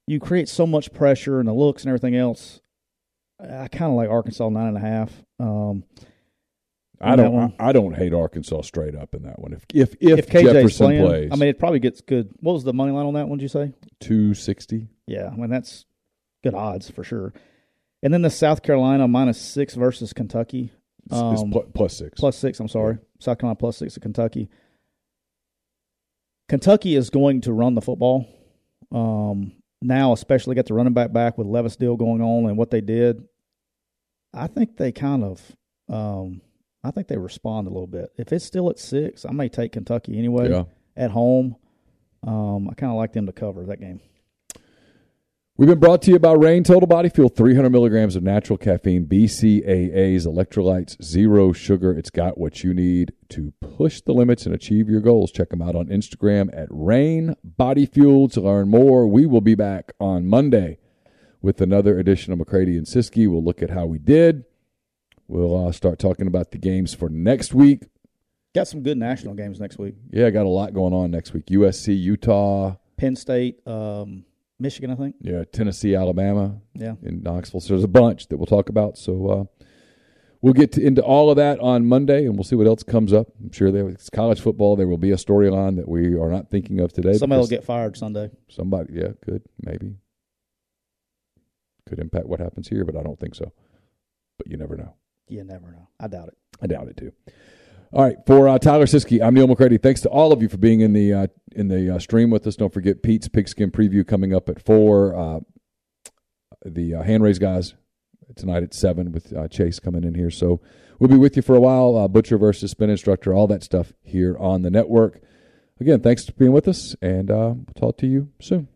You create so much pressure and the looks and everything else. I kind of like Arkansas nine and a half. Um,
I
on that
don't.
one.
I, I don't hate Arkansas straight up in that one. If if if,
if KJ's
Jefferson
playing,
plays,
I mean, it probably gets good. What was the money line on that one? Did you say?
two sixty.
Yeah, I mean that's good odds for sure. And then the South Carolina minus six versus Kentucky.
is
Um,
pl- plus six.
plus six. I'm sorry, South Carolina plus six at Kentucky. Kentucky is going to run the football um, now, especially got the running back back with Levis deal going on and what they did. I think they kind of, um, I think they respond a little bit. If it's still at six, I may take Kentucky anyway
Yeah.
at home. Um, I kind of like them to cover that game.
We've been brought to you by Rain Total Body Fuel, 300 milligrams of natural caffeine, BCAAs, electrolytes, zero sugar. It's got what you need to push the limits and achieve your goals. Check them out on Instagram at Rain Body Fuel to learn more. We will be back on Monday with another edition of McCready and Siski. We'll look at how we did. We'll uh, start talking about the games for next week.
Got some good national games next week.
Yeah, I got a lot going on next week. USC, Utah,
Penn State, um, Michigan, I think.
yeah, Tennessee, Alabama.
Yeah.
in Knoxville. So there's a bunch that we'll talk about. So uh, we'll get to, into all of that on Monday, and we'll see what else comes up. I'm sure there, it's college football. There will be a storyline that we are not thinking of today.
Somebody will
because
get fired Sunday.
somebody. Yeah, could maybe could impact what happens here, but I don't think so. But you never know.
You never know. I doubt it.
I doubt it too. All right, for uh, Tyler Siski, I'm Neil McCready. Thanks to all of you for being in the uh, in the uh, stream with us. Don't forget Pete's Pigskin Preview coming up at four. Uh, the uh, hand raise guys tonight at seven with uh, Chase coming in here. So we'll be with you for a while. Uh, Butcher versus Spin Instructor, all that stuff here on the network. Again, thanks for being with us, and uh, we'll talk to you soon.